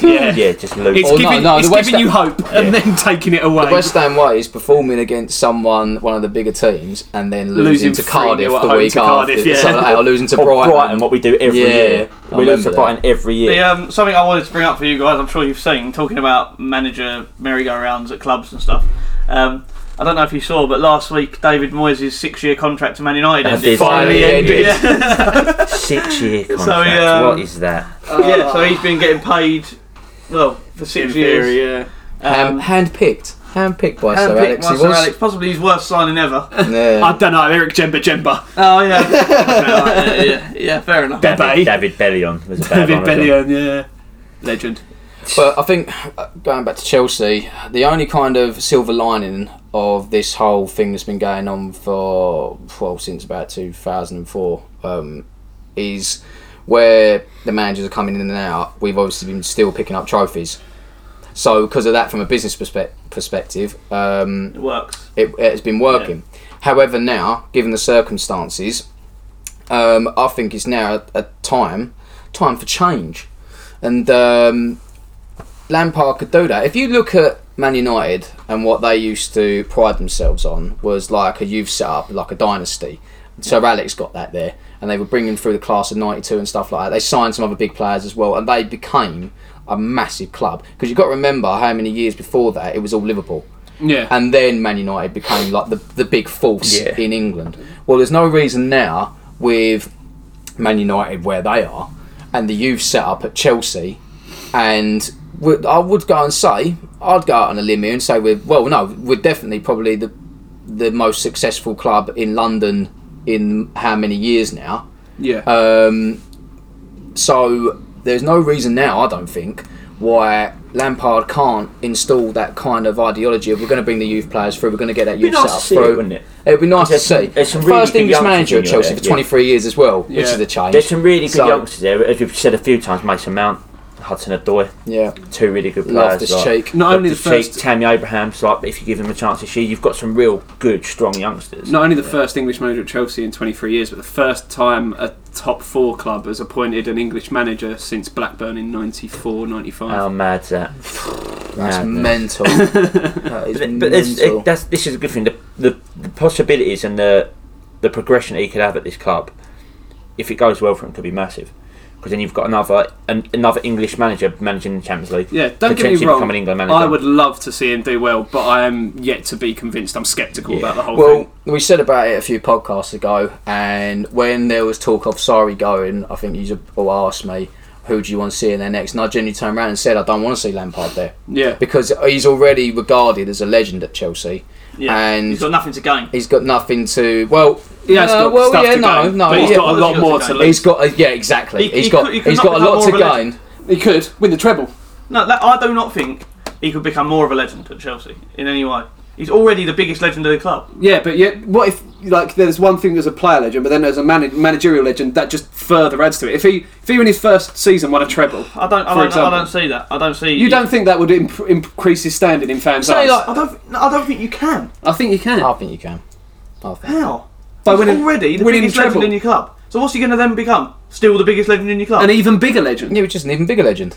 C: Yeah.
E: Yeah, just losing.
C: It's
A: Or no,
C: giving,
A: no,
C: it's
A: the West
C: giving you
A: Ham-
C: hope and then taking it away.
A: West Ham way is performing against someone, one of the bigger teams, and then losing,
C: Losing
A: to
C: 3-0
A: Cardiff
C: at
A: the
C: home
A: week
C: to
A: after.
C: Cardiff, yeah.
A: Something like that, or losing to
E: or
A: Brighton.
E: what we do every
A: Yeah,
E: year.
A: I
E: We
A: remember
E: lose to
A: that.
E: Brighton every year.
B: The, um, something I wanted to bring up for you guys, I'm sure you've seen, talking about manager merry-go-rounds at clubs and stuff. Um, I don't know if you saw, but last week David Moyes' six-year contract to Man United
E: That
B: ended.
E: is- Finally
A: Finally
E: ended.
A: ended.
E: Six year contract.
B: yeah.
E: What is that?
B: yeah, so he's been getting paid, well, for six years.
C: Inferior.
A: Um, handpicked. Handpicked by Sir
B: Handpicked
A: Alex.
B: by
A: He
B: Sir
A: was.
B: Alex, possibly his worst signing ever.
A: Yeah.
C: I don't know, Eric Jemba Jemba.
B: Oh yeah, yeah, yeah, yeah, fair enough.
C: Bebe.
E: David Bellion was a bad
C: David
E: one as well.
C: Bellion, yeah. Legend.
A: But I think uh, going back to Chelsea, the only kind of silver lining of this whole thing that's been going on for well since about 2004 um, is where the managers are coming in and out. We've obviously been still picking up trophies. So because of that, from a business perspe- perspective, um,
B: It works.
A: it, it has been working. However, now, given the circumstances, um, I think it's now a, a time time for change, and um, Lampard could do that. If you look at Man United and what they used to pride themselves on was like a youth setup, like a dynasty. So Alex got that there, and they were bringing through the class of '92 and stuff like that. They signed some other big players as well, and they became a massive club. Because you've got to remember how many years before that it was all Liverpool
C: Yeah.
A: and then Man United became like the, the big force
E: Yeah.
A: in England. Well, there's no reason now with Man United where they are and the youth set up at Chelsea, and would, I would go and say I'd go out on a limb here and say we're well, no, we're definitely probably the the most successful club in London in how many years now.
C: yeah.
E: uh,
A: Um, so there's no reason now, I don't think, why Lampard can't install that kind of ideology of we're going to bring the youth players through, we're going to get that
E: It'd
A: youth
E: be nice
A: set
E: to
A: up
E: see
A: through.
E: it, wouldn't it?
A: would be nice to
E: There's some-
A: see.
E: there's some really
A: First
E: good
A: English
E: youngsters
A: manager at
E: in
A: Chelsea
E: there,
A: for
E: yeah.
A: 23 years as well, which
C: Yeah.
A: is a change.
E: There's some really good
A: So-
E: youngsters there. As we've said a few times, Mason Mount, Hudson Adoy,
A: yeah,
E: two really good players.
A: love this
E: like,
A: cheek.
C: not only the
E: Loftus Cheek,
C: first
E: Tammy Abraham's like if you give them a chance this year, you've got some real good, strong youngsters.
C: not only the first English manager at Chelsea in 23 years, but the first time a top four club has appointed an English manager since Blackburn in 94, 95.
E: How mad's that?
A: That's
E: Madness.
A: mental. That is
E: But it's,
A: mental.
E: it, that's, this is a good thing. The, the, the possibilities and the the progression that he could have at this club, if it goes well for him, could be massive. Because then you've got another an, another English manager managing the Champions League.
C: yeah, don't get me
E: potentially
C: wrong.
E: become an England manager.
C: I would love to see him do well, but I am yet to be convinced. I'm sceptical about the whole
A: Well,
C: thing.
A: we said about it a few podcasts ago, and when there was talk of sorry going, I think you all asked me, who do you want to see in there next? And I genuinely turned around and said, I don't want to see Lampard there
C: Yeah.
A: because he's already regarded as a legend at Chelsea.
B: Yeah.
A: And
B: He's got nothing to gain.
A: he's got nothing to. Well,
C: He has
A: no,
C: got
A: well,
C: stuff
A: yeah,
C: to
A: no,
C: gain,
A: no,
C: but he's
A: yeah.
C: got a lot more to lose.
A: He's got, a, yeah, exactly.
B: He-
A: He's
B: he
A: got,
B: could- he could
A: he's
B: not
A: got a
B: become
A: lot
B: more
A: to
B: of a legend.
A: gain.
C: He could win the treble.
B: No, that, I do not think he could become more of a legend at Chelsea in any way. He's already the biggest legend of the club.
C: Yeah, but yeah, what if like there's one thing as a player legend, but then there's a manag- managerial legend that just further adds to it. If he if he in his first season won a treble,
B: I don't.
C: For
B: I don't, I
C: example.
B: don't see that. I don't see.
C: you don't think that would imp- increase his standing in fans'
A: Say,
C: eyes?
A: like-
B: I don't. no, I don't think you can.
C: I think you can.
A: I
B: Oh,
A: think you can. I think.
B: How?
C: By
B: He's
C: winning-
B: already the
C: winning
B: biggest
C: the treble.
B: legend in your club. So what's he going to then become? Still the biggest legend in your club?
C: An even bigger legend.
A: Yeah, which is an even bigger legend.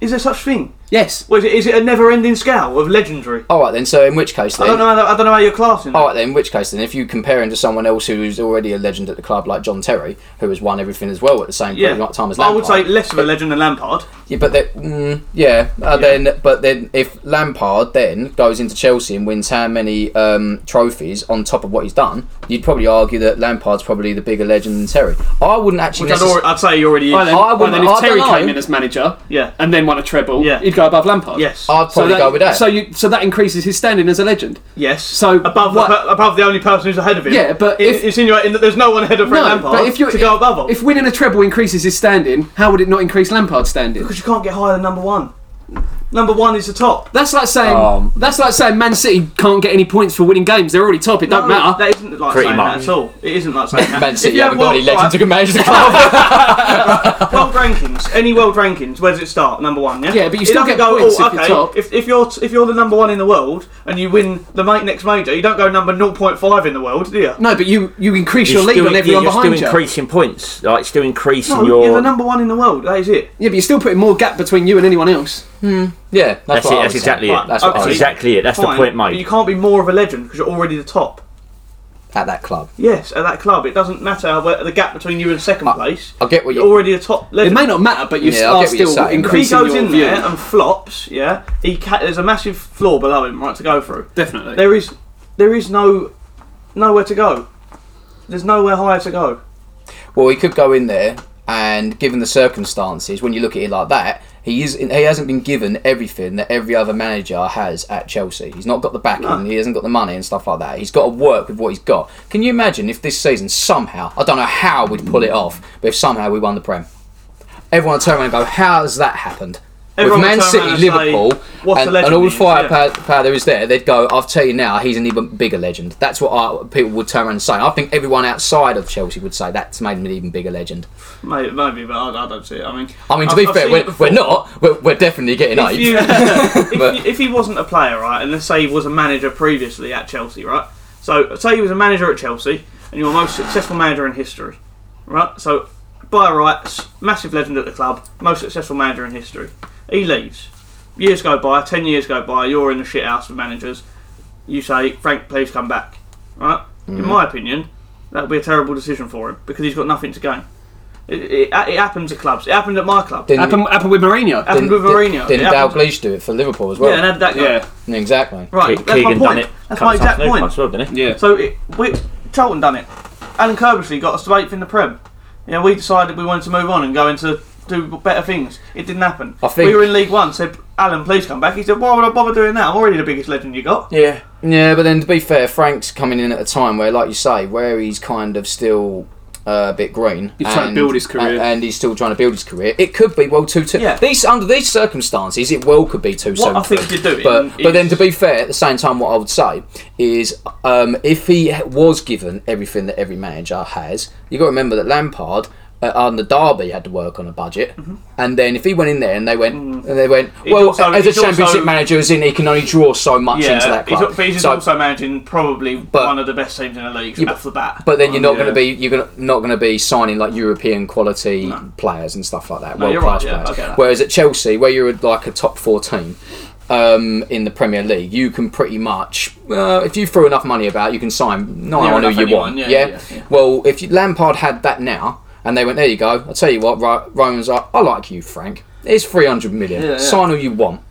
B: is there such thing?
C: Yes.
B: Or is it, is it a never-ending scale of legendary?
A: All right then. So in which case
B: I
A: then.
B: don't know. How, I don't know how you're classing.
A: All
C: Oh,
B: that.
A: right then. In which case then, if you compare him to someone else who's already a legend at the club, like John Terry, who has won everything as well at the same
B: Yeah.
A: time as
B: But I
A: Lampard.
B: would say less of a legend than Lampard.
A: Yeah, but that, mm, yeah, uh, then but then if Lampard then goes into Chelsea and wins how many um, trophies on top of what he's done, you'd probably argue that Lampard's probably the bigger legend than Terry. I wouldn't actually.
B: Which I'd,
A: necess-
B: alre- I'd say he already is.
C: By then,
A: I
C: by
A: wouldn't-
C: then if
A: I
C: Terry
A: don't know.
C: came in as manager,
B: Yeah.
C: and then won a treble,
B: Yeah.
C: he'd go above Lampard.
B: yes.
A: I'd probably go with that.
C: So you so that increases his standing as a legend.
B: yes.
C: so
B: above
C: what-
B: the, per- above the only person who's ahead of him.
C: Yeah, but
B: It-
C: if-
B: it's insinuating that there's no one ahead of Frank Lampard to go above him.
C: if winning a treble increases his standing, how would it not increase Lampard's standing?
B: because you can't get higher than number one. Number one is the top.
C: That's like saying
E: Um,
C: that's like saying Man City can't get any points for winning games. They're already top. It don't matter.
B: That isn't like
E: Pretty
B: saying
E: much.
B: that at all. It isn't like saying that.
A: Man
B: If
A: City
B: you
A: haven't
B: have
A: got any
B: world-
A: legends who can manage the club.
B: World rankings, any world rankings, where does it start? Number one, yeah.
C: Yeah, but you
B: It
C: still
B: doesn't oh,
C: get points if you're
B: okay,
C: top.
B: If, if you're if you're the number one in the world and you win the mate next major, you don't go number 0.5 in the world, do you?
C: No, but you you increase your lead
E: still,
C: on everyone
E: yeah, you're
C: behind
E: still
C: you.
E: increasing points, like still increasing
B: No,
E: your.
B: you're the number one in the world. That is it.
C: yeah, but you're still putting more gap between you and anyone else.
A: yeah, that's,
E: that's
A: what
E: it.
A: I
E: That's
A: would
E: exactly
A: say.
B: Right,
E: it. That's,
B: okay.
E: that's exactly it. That's the
B: Fine,
E: point
B: But
E: made.
B: you can't be more of a legend because you're already the top.
A: at that club.
B: Yes, at that club, it doesn't matter where the gap between you and second place.
A: I get what
B: you're
A: you-
B: already a top
C: It
B: legend.
C: may not matter, but you
A: Yeah, I
C: are
A: get what you're
C: still
A: saying.
B: if he
C: increasing
B: goes
C: your
B: in
C: view.
B: there and flops, yeah, he ca- there's a massive floor below him, right, to go through.
C: Definitely.
B: There is, there is no, nowhere to go. There's nowhere higher to go.
A: Well, he could go in there, and given the circumstances, when you look at it like that, he is he hasn't been given everything that every other manager has at Chelsea. He's not got the backing, he hasn't got the money and stuff like that. He's got to work with what he's got. Can you imagine if this season somehow, I don't know how we'd pull it off, but if somehow we won the Prem, everyone would turn around and go, "How has that happened?"
B: Everyone
A: with
B: would
A: Man
B: turn
A: City,
B: around and say,
A: Liverpool,
B: "What a
A: and,
B: legend
A: and all
B: he
A: the
B: is,"
A: firepower power there is there, they'd go, "I'll tell you now, he's an even bigger legend." That's what I, people would turn around and say. I think everyone outside of Chelsea would say that's made him an even bigger legend.
B: Maybe, maybe but I, I don't see it. I mean,
A: I mean, to
B: I've-
A: be
B: I've
A: fair,
B: seen
A: we're,
B: it before.
A: we're not. We're, we're definitely getting
B: If, you,
A: eight.
B: if,
A: But-
B: you- if he wasn't a player, right, and let's say he was a manager previously at Chelsea, right? So, say he was a manager at Chelsea, and you're the most successful manager in history, right? So, by rights, massive legend at the club, most successful manager in history. He leaves. Years go by, 10 years go by, you're in the shit house of managers. You say, Frank, please come back, right? In my opinion, that would be a terrible decision for him because he's got nothing to gain. It, it, it happens at clubs. It happened at my club. It
A: Didn't,
C: Happened, happened with Mourinho.
B: happened with Mourinho.
A: Didn't
B: It happened-
A: Dalglish do it for Liverpool as
B: Yeah, and
A: well?
B: had that guy.
C: yeah,
A: Yeah, exactly.
B: Right,
E: Ke-
B: that's
E: Keegan done
B: my point.
E: it.
B: That's
E: couple
B: my exact
E: times,
B: point.
E: as well, didn't he?
C: yeah.
B: So it, we, Charlton done it. Alan Kirby got us to eighth in the Prem. You know, we decided we wanted to move on and go into do better things. It didn't happen.
A: I think-
B: we were in League One. Said Alan, please come back. He said, Why would I bother doing that? I'm already the biggest legend you got.
E: Yeah.
A: Yeah, but then to be fair, Frank's coming in at a time where, like you say, where he's kind of still uh, a bit green.
C: He's trying to build his career.
A: and, and he's still trying to build his career. It could be well too. too
B: Yeah.
A: These under these circumstances, it well could be too soon.
B: I
A: for
B: think
A: him.
B: you're doing
A: but but then
B: is-
A: to be fair, at the same time, what I would say is, um, if he was given everything that every manager has, you got to remember that Lampard. Uh, under Derby had to work on a budget, and then if he went in there and they went and they went, well,
B: also-
A: as a
B: Mm-hmm. Mm. he's also-
A: championship manager, as in he can only draw so much into that
B: he's,
A: club.
B: but he's
A: So-
B: also managing probably one of the best teams in the league
A: Yeah,
B: off the uh, bat.
A: but then you're not
C: yeah.
A: going to be you're gonna, not going to be signing like European quality players and stuff like that,
B: No,
A: world
B: you're
A: class
B: right, yeah, I
A: players.
B: get that.
A: Whereas at Chelsea, where you're like a top four team um, in the Premier League, you can pretty much uh, if you throw enough money about, you can sign no
B: Near
A: one who
B: enough
A: you want.
B: anyone, yeah,
A: Yeah,
B: yeah, yeah.
A: Well, if you, Lampard had that now, and they went there, you go. I tell you what, right, Roman's like, I like you, Frank. It's three hundred million.
B: Yeah, yeah.
A: Sign who you want.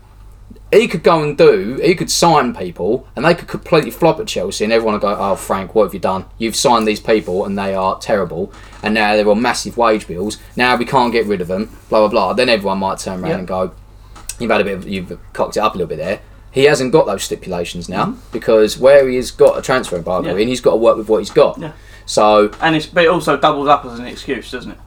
A: he could go and do, he could sign people, and they could completely flop at Chelsea, and everyone would go, "Oh, Frank, what have you done? You've signed these people, and they are terrible, and now they're on massive wage bills. Now we can't get rid of them." Blah blah blah. Then everyone might turn around and go, "You've had a bit, of, you've cocked it up a little bit there." He hasn't got those stipulations now because where he has got a transfer embargo
B: Mm-hmm. Yeah.
A: and he's got to work with what he's got.
B: Yeah.
A: So
B: And it's, but it also doubles up as an excuse, doesn't it?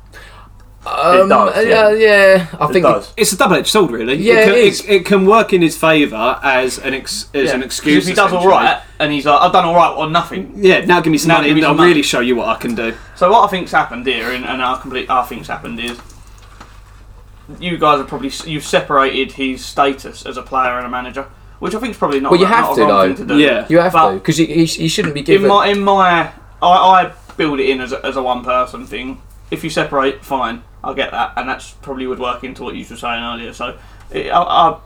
A: um,
E: does,
A: uh,
E: yeah.
A: yeah. I
E: It
A: think
E: does.
C: It's a double-edged sword, really.
A: Yeah,
C: it can,
A: it is.
C: It, it can work in his favour as an ex, as an
B: 'Cause
C: excuse.
B: If he does all
C: essentially.
B: right, and he's like, I've done all right or nothing.
C: Yeah, now give me some
B: Now
C: money,
B: give me
C: and
B: some
C: I'll
B: money.
C: really show you what I can do.
B: So what I think's happened here, and, and our complete, I think's happened is, you guys are probably you've separated his status as a player and a manager, which I think's probably not.
A: Well, you
B: not
A: have
B: a
A: to,
B: wrong
A: though.
B: thing to do.
C: Yeah.
A: you have
B: But-
A: to because he, he, he shouldn't be
B: in
A: given.
B: my in my I, I build it in as a, as a one person thing. If you separate, fine, I get that, and that's probably would work into what you were saying earlier. So, it, I, I,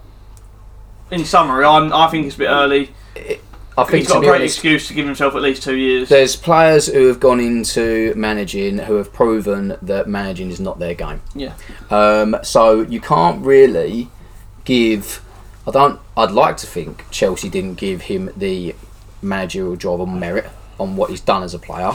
B: in summary, I'm, I think it's a bit early.
A: I think
B: He's
A: to
B: got a
A: be
B: great
A: honest,
B: excuse to give himself at least two years.
A: There's players who have gone into managing who have proven that managing is not their game.
B: Yeah,
A: Um, so you can't really give. I don't. I'd like to think Chelsea didn't give him the managerial job on merit on what he's done as a player.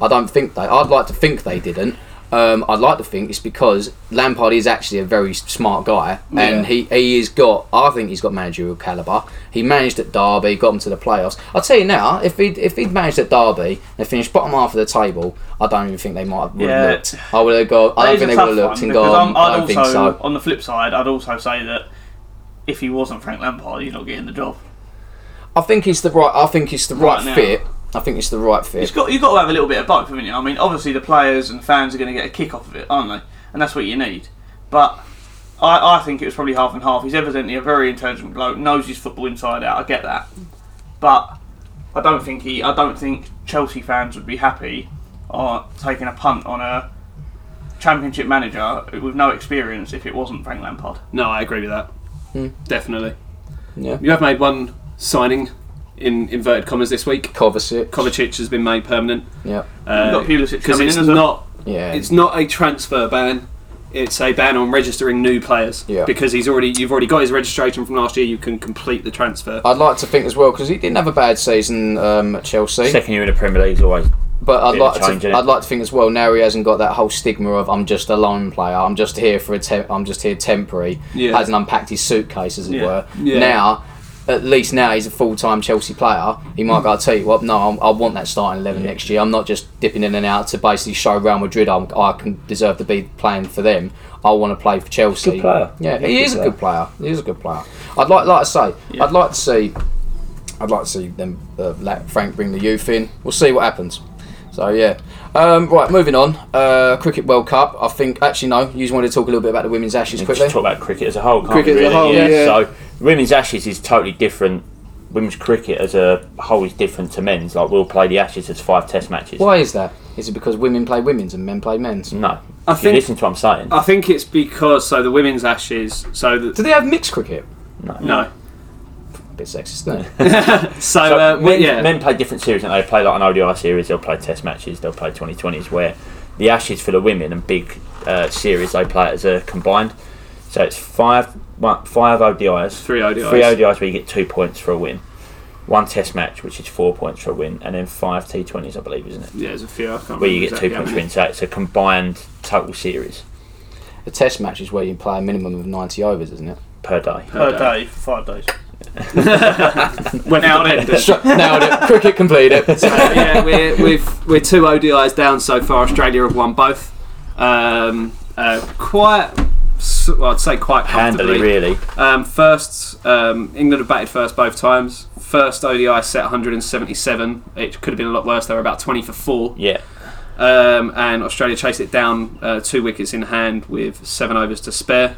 A: I don't think they. I'd like to think they didn't. Um, I'd like to think it's because Lampard is actually a very s- smart guy, and he he has got. I think he's got managerial caliber. He managed at Derby, got them to the playoffs. I'll tell you now, if he would if he'd managed at Derby and finished bottom half of the table, I don't even think they might have would have
B: Yeah.
A: looked. I would have gone. I
B: That
A: don't
B: is
A: think
B: a
A: they
B: tough
A: would have looked
B: one,
A: and
B: because
A: gone.
B: I'm- I'd
A: I don't think
B: also-
A: so.
B: On the flip side, I'd also say that if he wasn't Frank Lampard, he's not getting the job.
A: I think it's the right. I think it's the
B: Right
A: right,
B: now.
A: fit. I think it's the right fit.
B: It's got you've got to have a little bit of both, haven't you? I mean, obviously the players and fans are going to get a kick off of it, aren't they? And that's what you need. But I, I think it was probably half and half. He's evidently a very intelligent bloke, knows his football inside out. I get that, but I don't think he. I don't think Chelsea fans would be happy or taking a punt on a championship manager with no experience if it wasn't Frank Lampard.
C: No, I agree with that. Definitely.
A: Yeah.
C: You have made one signing in inverted commas this week.
A: Kovacic.
C: Kovacic has been made permanent
A: Yeah.
B: got Pulisic
C: because
B: coming
C: Uh, it's
B: in as well.
C: not
A: Yeah.
C: it's not a transfer ban. It's a ban on registering new players
A: Yeah.
C: because he's already you've already got his registration from last year. You can complete the transfer.
A: I'd like to think as well because he didn't have a bad season um, at Chelsea,
E: Second year in the Premier League is always
A: but I'd
E: bit of a
A: like
E: change,
A: to.
E: innit?
A: I'd like to think as well now he hasn't got that whole stigma of I'm just a lone player. I'm just here for a. Te- I'm just here temporary.
C: Yeah.
A: Hasn't unpacked his suitcase as it
B: Yeah.
A: were.
C: Yeah.
A: Now. At least now he's a full-time Chelsea player. He might go, I tell you what, no, I'm, I want that starting eleven next year. I'm not just dipping in and out to basically show Real Madrid I'm, I can deserve to be playing for them. I want to play for Chelsea.
E: Good player.
A: Yeah,
E: Yeah,
A: he
E: good
A: is a good player. He is a good player. I'd like, like I say, I'd like to see, I'd like to see them uh, let Frank bring the youth in. We'll see what happens. So yeah, um, right. Moving on. Uh, Cricket World Cup. I think actually no. You just wanted to talk a little bit about the women's Ashes quickly.
E: Just talk about cricket as a whole. Can't
A: Cricket
E: we,
A: as a whole,
E: really?
A: yeah.
E: So women's Ashes is totally different. Women's cricket as a whole is different to men's. Like we'll play the Ashes as five Test matches.
A: Why is that? Is it because women play women's and men play men's? Do
E: No,
C: I
E: if
C: think-
E: you listen to what I'm saying.
C: I think it's because so the women's ashes. So the,
A: they have mixed cricket?
C: no.
A: A bit sexist, isn't it?
C: So,
E: So
C: uh,
E: men,
C: yeah.
E: men play different series, and they play like an ODI series. They'll play Test matches. They'll play 2020s. Where the Ashes for the women and big uh, series, they play it as a combined. So it's five one, five ODIs,
C: Three ODIs.
E: three ODIs where you get two points for a win, one Test match which is four points for a win, and then five T20s, I believe, isn't it?
C: yeah, there's a few. I can't
E: Where
C: remember
E: you get
C: exactly
E: two
C: how
E: points for
C: many.
E: win. So it's a combined total series
A: a test match is where you play a minimum of ninety overs, isn't it?
E: per day.
B: Per day, for five days.
C: When
B: Now then.
C: dependent.
A: Nailed it. Cricket completed.
C: yeah, we're, we've, we're two ODIs down so far. Australia have won both. Um, uh, quite, s- well, I'd say quite
E: Handily,
C: comfortably.
E: really.
C: Um, first, um, England have batted first both times. First ODI set 177. It could have been a lot worse. They were about 20 for four.
E: Yeah.
C: Um, and Australia chased it down uh, two wickets in hand with seven overs to spare.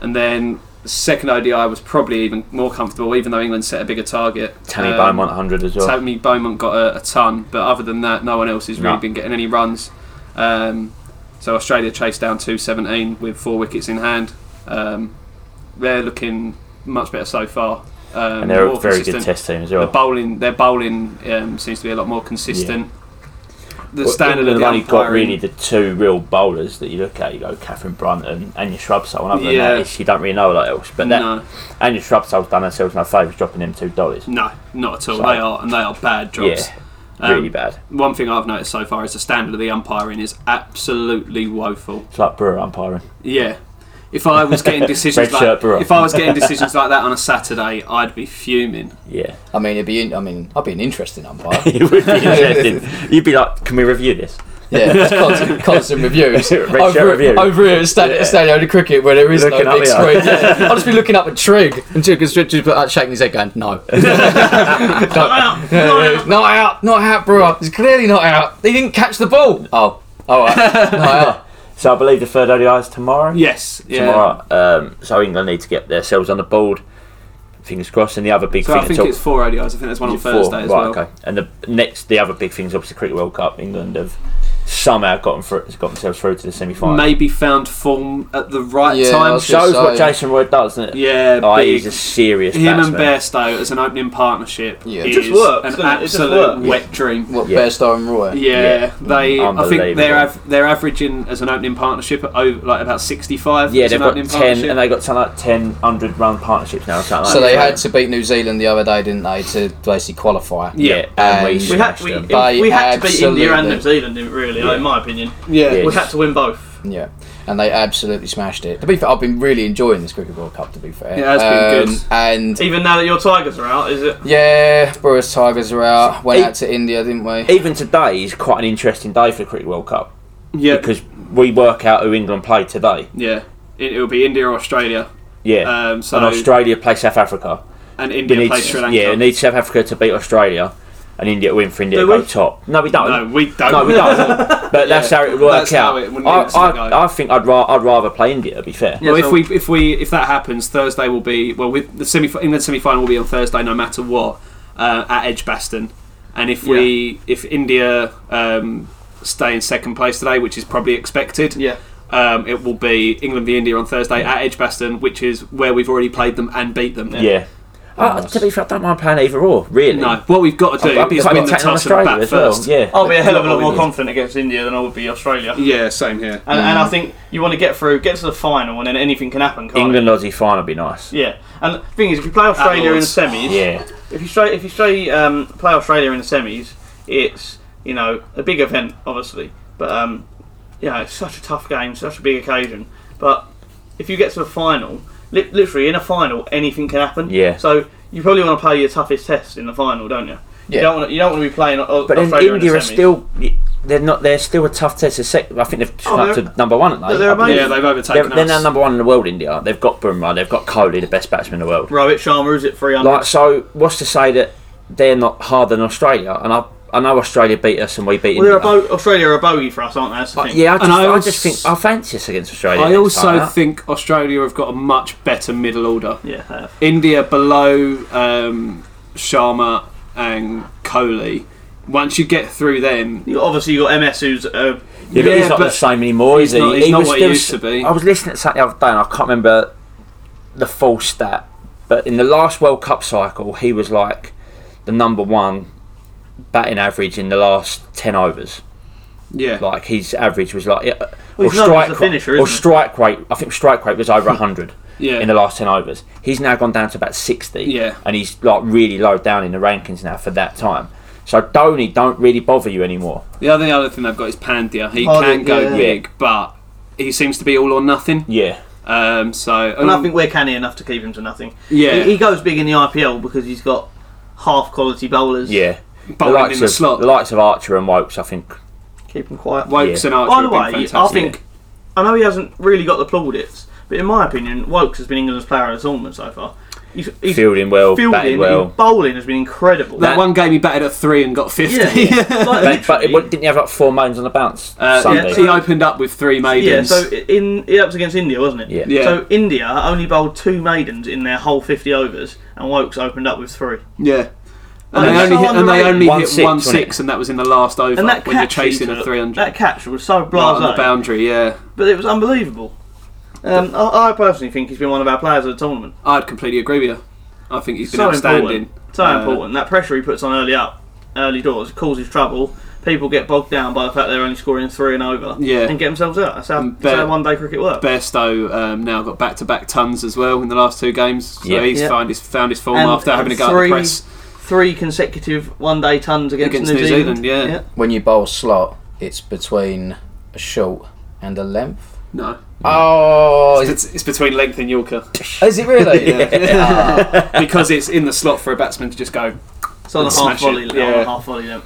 C: And then the second ODI was probably even more comfortable, even though England set a bigger target.
E: Tammy
C: Um,
E: Beaumont 100 as well.
C: Tammy Beaumont got a, a ton, but other than that, no one else has really
E: No.
C: been getting any runs. Um, so Australia chased down 217 with four wickets in hand. Um, they're looking much better so far. Um,
E: and they're a
C: more
E: very good
C: consistent.
E: Test team as
C: The
E: well.
C: bowling, their bowling um, seems to be a lot more consistent. the standard of
E: England
C: the
E: have only got
C: umpiring.
E: really the two real bowlers that you look at. You go Catherine Brunt and Anya Shrubsole. Other
C: Yeah.
E: than that, it's- you don't really know a lot else. But that
C: No.
E: Anya Shrubsole's done herself no favours dropping them two dollars.
C: No, not at all.
E: So-
C: they are and they are bad drops.
E: Yeah,
C: Um,
E: really bad.
C: One thing I've noticed so far is the standard of the umpiring is absolutely woeful.
E: It's like Brewer umpiring.
C: Yeah. If I was getting decisions
E: Red shirt
C: like
E: bra.
C: if I was getting decisions like that on a Saturday, I'd be fuming.
E: Yeah,
A: I mean, it'd be. In, I mean, I'd be an interesting umpire.
E: it would be interesting. You'd be like, can we review this?
A: Yeah, it's constant, constant reviews.
E: Red shirt
A: over,
E: review.
A: over here at Stan- Stadio de Cricket, where there is
E: Looking
A: no
E: up
A: big
E: here.
A: screen. Yeah. I'll just be looking up at Trig, and Trig is just like, shaking his head, going, "No,
B: Not out.
A: not out, not out, bro. He's clearly not out. He didn't catch the ball." Oh, all right, not out.
E: So I believe the third ODI is tomorrow.
C: Yes. Yeah.
E: tomorrow. Um, so England need to get themselves on the board. Fingers crossed. And the other big
C: So
E: thing
C: I
E: to
C: think
E: talk-
C: it's four ODIs. I think there's one on
E: Four,
C: Thursday as well.
E: right, Okay. And the next, the other big thing is obviously Cricket World Cup. England have somehow gotten through, got themselves through to the semi-final.
C: Maybe found form at the right
A: Yeah, I
C: time.
A: was
E: shows what
A: So-
E: Jason Roy does, doesn't it?
C: Yeah,
E: Like,
C: big.
E: Oh, he's a serious
C: Him and
E: batsman.
C: Bairstow as an opening partnership
A: Yeah. It
C: is
B: just works,
C: an
B: doesn't it? It just
C: absolute
B: works.
C: wet dream.
A: What
E: Yeah.
A: Bear Star and Roy?
E: Yeah.
C: Yeah, they. I think they're
E: Unbelievable.
C: av- they're averaging as an opening partnership at over, like about sixty five.
E: Yeah,
C: as
E: they've
C: an
E: got
C: opening
E: ten,
C: partnership.
E: and they got something like ten hundred run partnerships now. or Something
A: So
E: like
A: they
E: that.
A: had to beat New Zealand the other day, didn't they, to basically qualify?
E: yeah,
C: Yeah.
E: and we
A: And-
B: We had,
E: smashed
B: we,
E: them.
A: They
B: we had to beat India and
A: absolutely-
B: New Zealand, didn't we, really, in my opinion.
C: yeah,
E: Yeah.
B: We had to win both.
A: Yeah, and they absolutely smashed it. To be fair, I've been really enjoying this Cricket World Cup. To be fair, Um,
C: Yeah, it's been good.
A: And
B: Even now that your Tigers are out, is it?
A: yeah, Brewers Tigers are out. Went
E: Eight-
A: out to India, didn't we?
E: Even today is quite an interesting day for the Cricket World Cup
C: yeah,
E: because we work out who England play today.
C: yeah. It, it'll be India or Australia,
E: Yeah,
C: Um, so-
E: and Australia play South Africa.
C: and
E: We
C: India
E: need,
C: plays Sri Lanka.
E: yeah, we need South Africa to beat Australia and India to win for India
B: Do
E: to go
B: we?
E: top. No, we don't.
C: no, we don't.
E: No, we don't. but that's how it would work
C: that's
E: out.
C: how it would
E: I,
C: need to
E: I,
C: go.
E: I think I'd, ra- I'd rather play India. To be fair,
C: Well,
B: so-
C: if we if we if that happens, Thursday will be well. With the semi England semi final will be on Thursday, no matter what, uh, at Edgbaston. And if we if India um, stay in second place today, which is probably expected,
B: Yeah.
C: um, it will be England v India on Thursday at Edgbaston, which is where we've already played them and beat them.
E: yeah. I- to be fair, I don't mind playing either or really.
C: No, what we've got to do
E: I'd be
C: is
E: fine
C: win
E: with
C: the
E: taking on
C: toss and
E: Australia
C: bat
E: as well.
C: first.
E: Yeah,
B: I'll be a hell of a lot more
C: Probably.
B: confident against India than I would be Australia. And,
C: Yeah, same here.
B: and I think you want to get through, get to the final, and then anything can happen, can't
E: England Aussie final would be nice.
B: it? Yeah. And the thing is, if you play Australia in the
C: Lord's.
B: semis,
E: Yeah,
B: if you straight if you straight um, play Australia in the semis, it's you know a big event, obviously, but um, you know it's such a tough game, such a big occasion. But if you get to a final, li- literally in a final, anything can happen.
E: Yeah.
B: So you probably want to play your toughest test in the final, don't you?
A: Yeah.
B: You don't want to, you don't want to be playing o-
E: but then
B: Australia in
E: India
B: the
E: are
B: semis.
E: still they're not they're still a tough test. to sec- I think they've just gone up
B: Oh, they're-
E: to number one, aren't they?
B: they're
E: I believe.
C: Yeah, they've
E: They're,
C: overtaken
E: they're now
C: us.
E: number one in the world. India. They've got Bumrah. They've got Kohli, the best batsman in the world.
B: Rohit Sharma is at 300.
E: Like, so what's to say that they're not harder than Australia? And I, I know Australia beat us and we beat
B: well, they're
E: India.
B: a bo- Australia are a bogey for us, aren't they? That's the
E: But
B: thing.
E: yeah, I just,
C: And I
E: I,
C: als-
E: just think I fancy us against Australia.
C: I
E: next time
C: also
E: out.
C: think Australia have got a much better middle order.
B: Yeah, they have.
C: India below um, Sharma and Kohli. Once you get through them,
B: You- Obviously, you got MS, who's uh,
E: yeah, but
C: yeah,
E: he's not the
C: but
E: same anymore,
C: he's
E: is he?
C: not- he's not
E: was
C: what he
E: still-
C: used to be.
E: I was listening to something the other day, and I can't remember the full stat, but in the last World Cup cycle, he was like the number one batting average in the last ten overs.
C: yeah,
E: Like his average was like, yeah, or
B: he's not, he's a
E: strike,
B: finisher,
E: or
B: isn't he?
E: strike rate. I think strike rate was over hundred
C: Yeah.
E: in the last ten overs. He's now gone down to about sixty,
C: Yeah.
E: and he's like really low down in the rankings now for that time. So Dhoni don't really bother you anymore.
C: the other the other thing they've got is Pandya. He
B: Oh,
C: can
B: yeah.
C: go
B: Yeah.
C: big, but he seems to be all or nothing.
E: Yeah,
C: Um, so
B: And I think we're canny enough to keep him to nothing.
C: Yeah.
B: He, he goes big in the IPL because he's got half quality bowlers.
E: yeah.
C: Bowling
E: the likes
C: in the
E: of
C: slot.
E: the likes of Archer and Wokes, I think.
B: Keep him quiet.
C: Wokes
E: Yeah.
C: and Archer
B: By the
C: have been
B: way, I
C: fantastic.
B: think I know he hasn't really got the plaudits, but in my opinion, Wokes has been England's player of the tournament so far. He's, he's
E: Fielding well, batting
B: fielding,
E: well.
B: his bowling has been incredible.
C: that one game he batted at three and got fifty.
B: yeah,
E: But,
B: like,
E: but it,
B: literally.
E: what- didn't he have like four maidens on the bounce
C: Uh,
E: Sunday?
B: yeah,
C: he opened up with three
B: yeah.
C: maidens.
B: So in that was against India, wasn't it?
E: Yeah.
C: Yeah.
B: So India only bowled two maidens in their whole fifty overs, and Wokes opened up with three.
C: Yeah. And they,
B: Oh, that's
C: only
B: so
C: hit, and they
B: underrated.
C: only
E: One
C: hit
E: six,
C: one
E: wasn't
C: six,
E: it?
C: and that was in the last over
B: And that catch
C: when you're
B: he
C: chasing a
B: took,
C: three hundred
B: That catch was so
C: right
B: blasé.
C: on the boundary. Yeah,
B: but it was unbelievable. Um, I, I personally think he's been one of our players of the tournament.
C: I'd completely agree with you. I think he's been
B: so
C: outstanding.
B: important. So
C: Uh,
B: important. That pressure he puts on early up, early doors, causes trouble. people get bogged down by the fact they're only scoring three and over
C: Yeah. Mm,
B: and get themselves out. That's how,
C: And
B: that's how
C: Bear-
B: one day cricket works.
C: Bairstow um, now got back to back tons as well in the last two games. So
E: Yeah.
C: he's
B: Yeah.
C: Found, his, found his form
B: And
C: after having a go at
B: three
C: the press.
B: Three consecutive one day tons against,
C: Against
B: New,
C: New
B: Zealand.
C: Zealand, yeah.
A: When you bowl slot, it's between a short and a length.
C: No.
A: Oh, is
C: It's, it's between length and Yorker.
A: it, is it really? Ah,
C: because it's in the slot for a batsman to just go.
B: It's on a half
C: Smash
B: volley.
C: it,
B: Yeah. On
C: yeah.
B: a half volley. Yeah.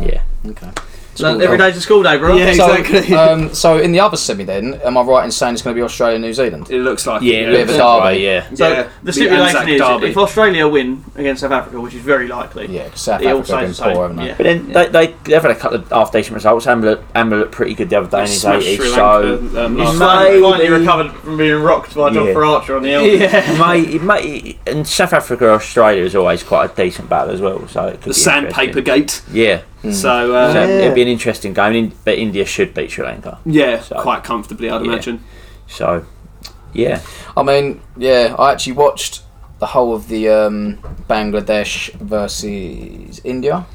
E: Yeah.
A: Ah. okay.
B: So every day's a school day, bro.
C: Yeah,
A: So,
C: exactly.
A: um, so in the other semi, then, am I right in saying it's going to be Australia and New Zealand?
C: It looks like
E: Yeah,
C: it,
A: Bit of a
E: that's
A: derby.
E: right, yeah.
B: So
C: Yeah,
B: the
C: the
B: stipulation
C: Anzac
B: is
C: derby.
B: if Australia win against South Africa, which is very likely,
A: Yeah, 'cause South
B: it all
A: Africa
B: stays
A: have
B: the
A: been
B: same.
A: poor, haven't they?
B: yeah.
E: But then they, they, they've had a couple of half decent results. Amber looked, Amber looked pretty good the other day in his
C: Smashed
E: 80s,
C: Sri
E: so.
C: Lanka, um,
E: He's like-
C: last night.
B: Finally, finally
E: Maybe.
B: recovered from being rocked by John
E: Yeah.
B: Archer on the elbow.
E: Mate, it might, and South Africa Australia is always quite a decent battle as well. So it could
C: the
E: be
C: sandpaper
E: interesting.
C: gate.
E: Yeah,
C: So,
E: so
C: uh,
E: it'd be an interesting game. In- But India should beat Sri Lanka.
C: yeah,
E: So-
C: quite comfortably, I'd
E: Yeah.
C: imagine.
E: So, yeah,
A: I mean, yeah, I actually watched the whole of the um, Bangladesh versus India.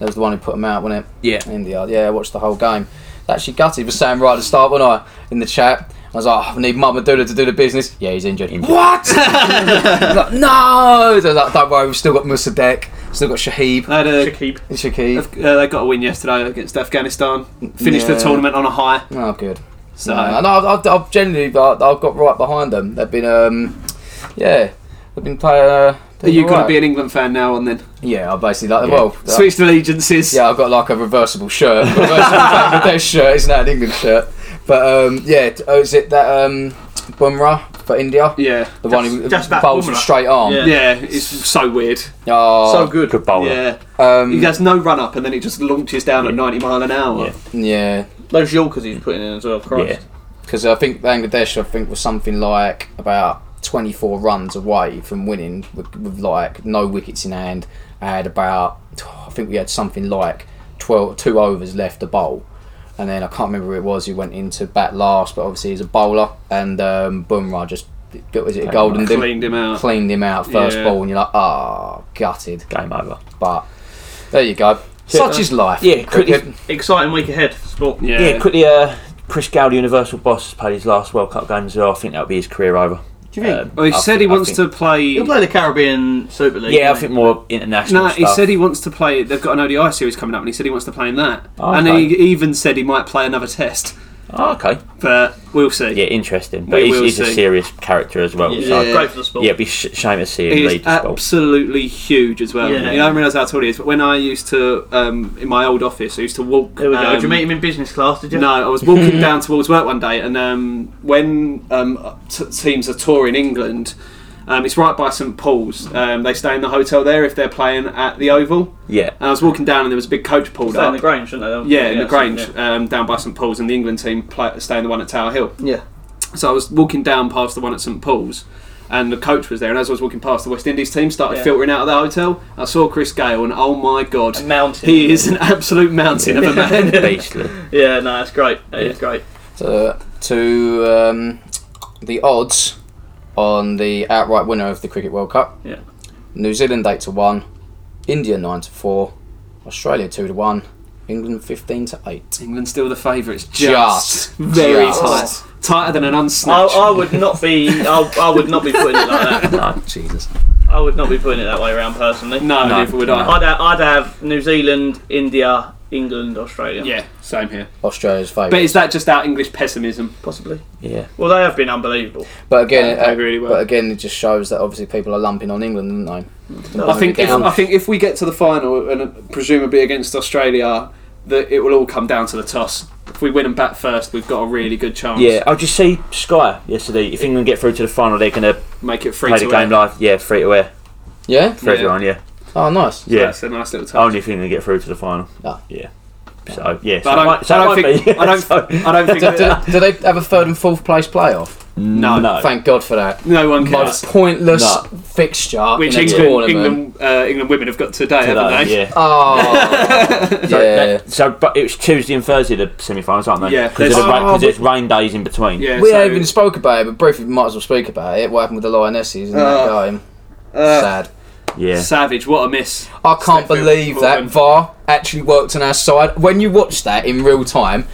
A: That was the one who put them out, wasn't it?
E: yeah.
A: India. Yeah, I watched the whole game. Actually, gutted for Sam right at the start, wasn't I? In the chat. I was like, "Oh, I need Mamadula to do the business. Yeah, he's injured.
E: Injured.
A: What? He's like, no! They're like, Don't worry, we've still got Musadek, still got Shahib,
C: They had a-
B: Shakib.
A: Shakib.
C: uh, they got a win yesterday against Afghanistan. Finished
A: Yeah.
C: the tournament on a high.
A: Oh, good.
C: So uh,
A: No, and I've, I've, I've generally I've I've got right behind them. They've been, um, yeah, they've been playing. Uh,
C: Are you going to be an England fan now on then?
A: Yeah, I basically like. Well,
C: Switched allegiances.
A: yeah, I've got like a reversible shirt, reversible Bangladesh shirt. It's not an England shirt, but um, yeah, t- oh, is it that um, Bumrah for India?
C: Yeah.
A: The one who
B: just that
A: bowls with
B: Bumrah.
A: straight arm.
B: Yeah.
C: Yeah, it's so weird.
A: Oh,
B: So good.
E: Good bowler.
C: Yeah.
A: um,
C: He has no run up and then it just launches down at 90 mile an hour.
E: Yeah.
A: yeah,
B: Those Yorkers he's putting in as well. Christ.
E: Yeah.
A: because I think Bangladesh, I think was something like about. 24 runs away from winning with, with like no wickets in hand. I had about, I think we had something like 12, two overs left to bowl. and then I can't remember who it was who went into bat last, but obviously he's a bowler, and um, Bumrah just was it a golden dim-
C: Cleaned him out.
A: cleaned him out first
C: Yeah.
A: ball, and you're like, ah, gutted.
E: Game over.
A: But there you go. Such is life.
E: Yeah,
A: cricket.
B: Exciting week ahead for sport.
C: Yeah.
E: Yeah, quickly. Uh, Chris Gale, the Universal boss, has played his last World Cup game as well. I think that'll be his career over. Do you think?
C: Well, he said he wants to play.
B: He'll play the Caribbean Super League.
E: Yeah, I
B: won't
E: think more international.
C: No, he
E: stuff.
C: said he wants to play. They've got an ODI series coming up, and he said he wants to play in that.
E: Oh,
C: and
E: okay.
C: he even said he might play another test,
E: Oh, okay.
C: but we'll see.
E: Yeah, interesting.
C: We
E: But he's,
C: will
E: he's a
C: see.
E: serious character as well.
B: he?
E: So,
B: Yeah. Great for the sport.
E: yeah, it'd be sh- shame to see him
C: He
E: leave
C: is
E: the sport.
C: absolutely huge as well.
B: Yeah.
C: You don't realise how tall he is. But when I used to, um, in my old office, I used to walk.
B: There we go.
C: um,
B: Did you meet him in business class? Did you?
C: No, I was walking down towards work one day, and um, when um, t- teams are touring England, um, it's right by St Paul's. Um, they stay in the hotel there if they're playing at the Oval.
E: Yeah.
C: And I was walking down, and there was a big coach pulled
B: Stay in
C: up.
B: the Grange, shouldn't they?
C: yeah, in the Grange,
B: Yeah.
C: um, down by St Paul's, and the England team play, stay in the one at Tower Hill.
B: Yeah.
C: So I was walking down past the one at St Paul's, and the coach was there. And as I was walking past, the West Indies team started
B: Yeah.
C: filtering out of the hotel. I saw Chris Gale, and oh my god,
B: A mountain.
C: He is an absolute mountain of a man.
E: Beastly.
B: Yeah, no, that's great. That is great.
A: To, uh, to um, the odds on the outright winner of the Cricket World Cup.
B: Yeah.
A: New Zealand eight to one, India nine to four, Australia two to one, England fifteen to eight.
C: England still the favourites,
A: Just.
C: just, very
A: Just.
C: tight, tighter than an
B: I,
C: unsnatch.
B: I would not be. I, I would not be putting it like that.
A: Jesus.
B: I would not be putting it that way around personally.
C: no, neither would I.
B: I'd, ha- I'd have New Zealand, India, England, Australia.
C: Yeah, same here.
A: Australia's
C: But
A: favourite.
C: is that just our English pessimism?
B: possibly.
E: Yeah.
B: Well, they have been unbelievable.
A: But again,
C: I
A: uh,
C: agree with
A: but
C: that.
A: again, it just shows that obviously people are lumping on England, aren't they?
C: I think if,
A: Down.
C: I think if we get to the final and uh, presumably against Australia, that it will all come down to the toss. If we win and bat first, we've got a really good chance.
E: Yeah, I just see Sky yesterday. If England get through to the final, they're going to
C: make it free
E: play
C: to
E: the game
C: air.
E: live. Yeah, free to wear
A: yeah.
E: for
C: Yeah.
E: everyone. Yeah,
A: Oh, nice.
E: yeah.
C: That's a nice little touch.
E: Only if England get through to the final.
A: Ah.
E: Yeah. So yeah, so
C: But I don't,
E: might- so
C: I don't
E: it might
C: think.
E: be.
C: I don't.
E: So-
C: I don't think.
A: Do, do,
C: that,
A: do they have a third and fourth place playoff?
E: no, no.
A: Thank God for that.
C: no one
A: Most
C: cares.
A: pointless
E: No.
A: fixture
C: Which
A: in a
C: England,
A: tournament.
C: England, uh, England women have got today,
E: Today,
C: haven't they?
E: yeah.
A: Oh, yeah.
E: So, but it was Tuesday and Thursday the semi-finals, aren't they?
C: Yeah.
E: because
C: There's-
A: Oh,
E: it's rain days in between.
C: Yeah,
A: We
C: so-
A: haven't even spoke about it, but briefly, we might as well speak about it. What happened with the Lionesses in
C: Uh,
A: that game? Sad.
E: yeah.
C: Savage, what a miss!
A: I can't
C: Steph Hill,
A: believe
C: well
A: that
C: done.
A: VAR actually worked on our side. When you watch that in real time,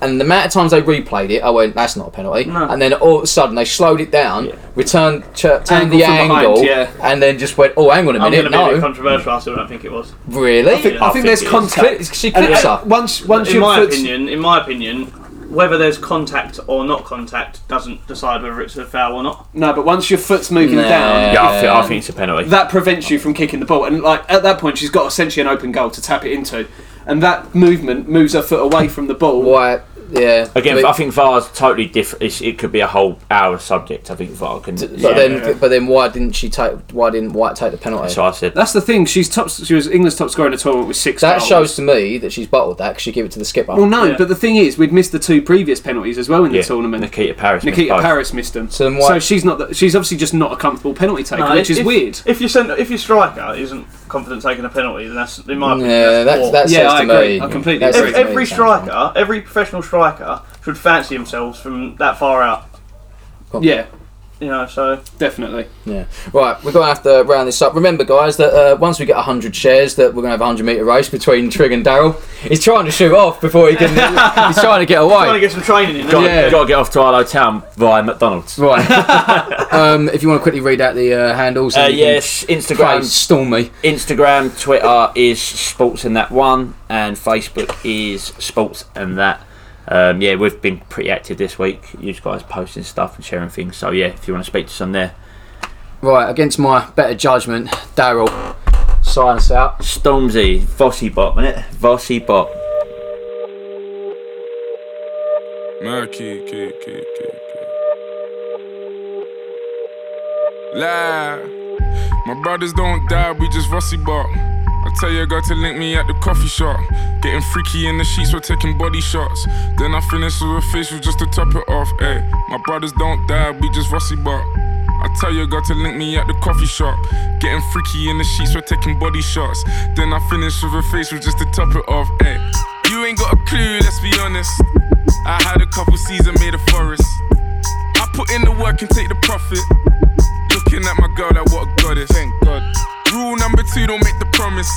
A: and the amount of times they replayed it, I went, "That's not a penalty."
B: No.
A: And then all of a sudden they slowed it down, returned, ch- turned
C: Angle
A: the
C: from behind,
A: angle,
C: yeah.
A: and then just went, "Oh, hang on a
B: I'm
A: minute,
B: going to be a
A: no,
B: bit controversial. I still don't think it was.
A: really."
C: I think,
B: Yeah,
C: I think there's
B: it is.
C: contact.
A: Cli- she clips
C: uh,
A: her.
C: once once
B: in
C: your
B: my
C: foot's-
B: opinion, in my opinion, whether there's contact or not contact doesn't decide whether it's a foul or not.
C: no, but once your foot's moving
A: Nah.
C: down,
E: Yeah, I, thi-
A: um,
E: I think it's a penalty.
C: that prevents you from kicking the ball. And like at that point, she's got essentially an open goal to tap it into, and that movement moves her foot away from the ball.
A: Why? Yeah.
E: Again,
A: But-
E: I think VAR's totally different. It could be a whole hour subject. I think VAR can.
A: But
E: yeah.
A: then, but then, why didn't she take? Why didn't White take the penalty?
E: so I said,
C: That's the thing. She's top. She was England's top scorer in the tournament with six.
A: that
C: goals.
A: shows to me that she's bottled that because she gave it to the skipper.
C: Well, no,
B: Yeah.
C: but the thing is, we'd missed the two previous penalties as well in
E: yeah,
C: the tournament.
E: Nikita Paris. missed
C: Nikita
E: both.
C: Paris missed them.
A: So
C: So,
A: then why-
C: she's not. The, she's obviously just not a comfortable penalty taker,
B: No,
C: which
B: if-
C: is
B: if-
C: weird.
B: If your center, if your striker isn't confident taking a penalty, then that's in my opinion.
A: yeah,
B: that's
A: that,
B: poor.
A: that says
C: Yeah,
A: to
C: I
A: me.
C: agree. I completely
A: that says
C: agree.
B: every,
A: to me
B: every
A: it sounds-
B: striker, every professional striker should fancy themselves from that far out.
C: Yeah,
B: You know, so
C: definitely.
A: Yeah. Right, we're going to have to round this up. Remember, guys, that uh, once we get 100 shares, that we're going to have a 100 metre race between Trig and Daryl. He's trying to shoot off before he can. he's trying to get
B: trying to
A: away.
B: get some training in.
E: Got,
B: isn't it?
A: Yeah.
E: got to get off to Arlo Town via McDonald's.
A: Right. um, if you want to quickly read out the uh, handles.
E: Uh,
A: and you can
E: yes, Instagram.
A: Praise Stormy.
E: Instagram, Twitter is Sports and That One, and Facebook is Sports and That. Um, yeah, we've been pretty active this week. You guys posting stuff and sharing things. So yeah, if you want to speak to us on there,
A: Right, against my better judgment, Daryl, sign us out.
E: Stormzy, Vossi Bot, isn't it? Vossi Bot.
I: Murky, key, key, key, key. Live. My brothers don't die, we just rusty bark. I tell your girl to link me at the coffee shop. Getting freaky in the sheets, we're taking body shots. Then I finish with a facial just to top it off. Ay, my brothers don't die, we just rusty bark. I tell your girl to link me at the coffee shop. Getting freaky in the sheets, we're taking body shots. Then I finish with a facial just to top it off. Ay, you ain't got a clue, let's be honest. I had a couple seasons made a forest. I put in the work and take the profit. Looking at my girl like what a goddess. Thank God. Rule number two, don't make the promise.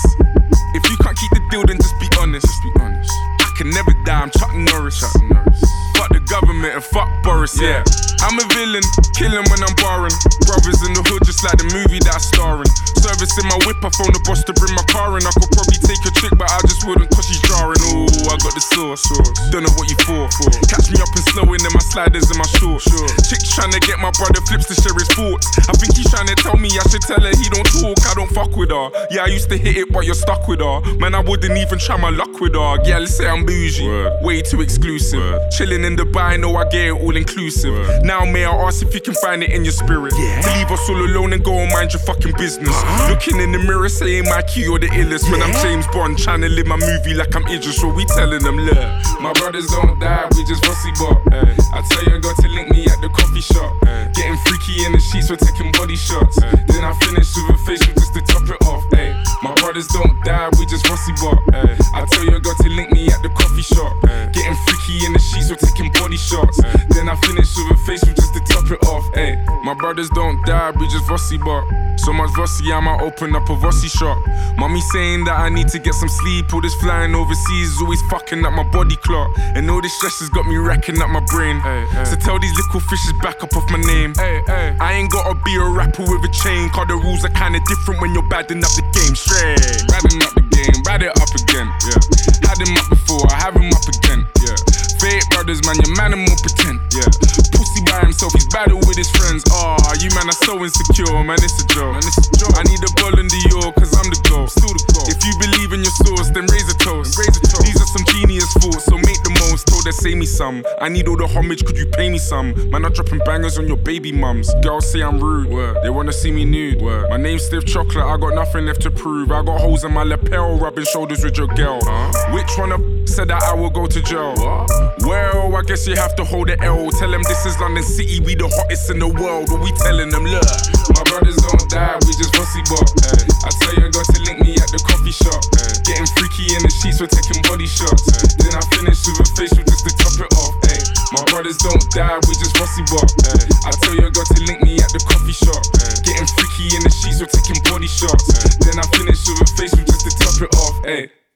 I: If you can't keep the deal, then just be honest. Just be honest. I can never die, I'm Chuck Norris. Chuck Norris. Fuck the government and fuck Boris, yeah. I'm a villain, killing when I'm barring. Brothers in the hood, just like the movie that I star in. Service in my whip, I phone the boss to bring my car in. I could probably take a trick, but I just wouldn't cause she's jarring. Ooh, I got the sauce. sauce. Don't know what you for. for. Catch me up and slowing in my sliders and my shorts. Sure. Chick's trying to get my brother flips to share his thoughts. I think he's trying to tell me I should tell her he don't talk. I don't fuck with her. Yeah, I used to hit it, but you're stuck with her. Man, I wouldn't even try my luck with her. Yeah, let's say I'm bougie. Way too exclusive. Chilling in Dubai, know I get it all inclusive. Now may I ask if you can find it in your spirit? To leave us all alone and go and mind your fucking business. Looking in the mirror, saying my key or the illest. When I'm James Bond, trying to live my movie like I'm Idris. What we telling them, look, my brothers don't die, we just rusty bop. I tell you, got to link me at the coffee shop. Getting freaky in the sheets, we're taking body shots. Then I finish with a facial just to top it off. Ay. My brothers don't die, we just rusty bop. I tell you, got to link me at the coffee shop. Getting freaky in the sheets, we're taking body shots. Then I finish with a facial just to top it off. Ay. My brothers don't die, we just rusty bop. So much rusty, I might open up a rusty shop. Mommy saying that I need to get some sleep. All this flying overseas is always fucking up my body clock. And all this stress has got me racking up my brain. So tell these little fishes back up off my name. I ain't gotta be a rapper with a chain. Cause the rules are kinda different when you're badding up the game. Straight. Badding up the game, bad it up again. Yeah. Had him up before, I have him up again. Yeah. Fake brothers, man, your man and more pretend. Yeah. Pussy by himself, he's battle with his friends. Ah, you man are so insecure, man, it's a joke. Man, it's a joke. I need a ball in the york, cause I'm the goal. Still the goal. If you believe in your source, then raise a toast. Raise a toast. These are some genius thoughts, so make the most. Told her, say me some. I need all the homage, could you pay me some? Man, I'm dropping bangers on your baby mums. Girls say I'm rude, they wanna see me nude. My name's Stiff Chocolate, I got nothing left to prove. I got holes in my lapel, rubbing shoulders with your girl. Which one of said that I will go to jail? Well, I guess you have to hold the L. Tell them this is London City, we the hottest in the world. But we telling them, look, my brothers don't die, we just rusty bop. I tell you, got to link me at the coffee shop. Getting freaky in the sheets, we're taking body shots. Then I finish with a facial just to top it off. Ay. My brothers don't die, we just rusty bop. I tell you, got to link me at the coffee shop. Getting freaky in the sheets, we're taking body shots. Then I finish with a facial just to top it off. Ay.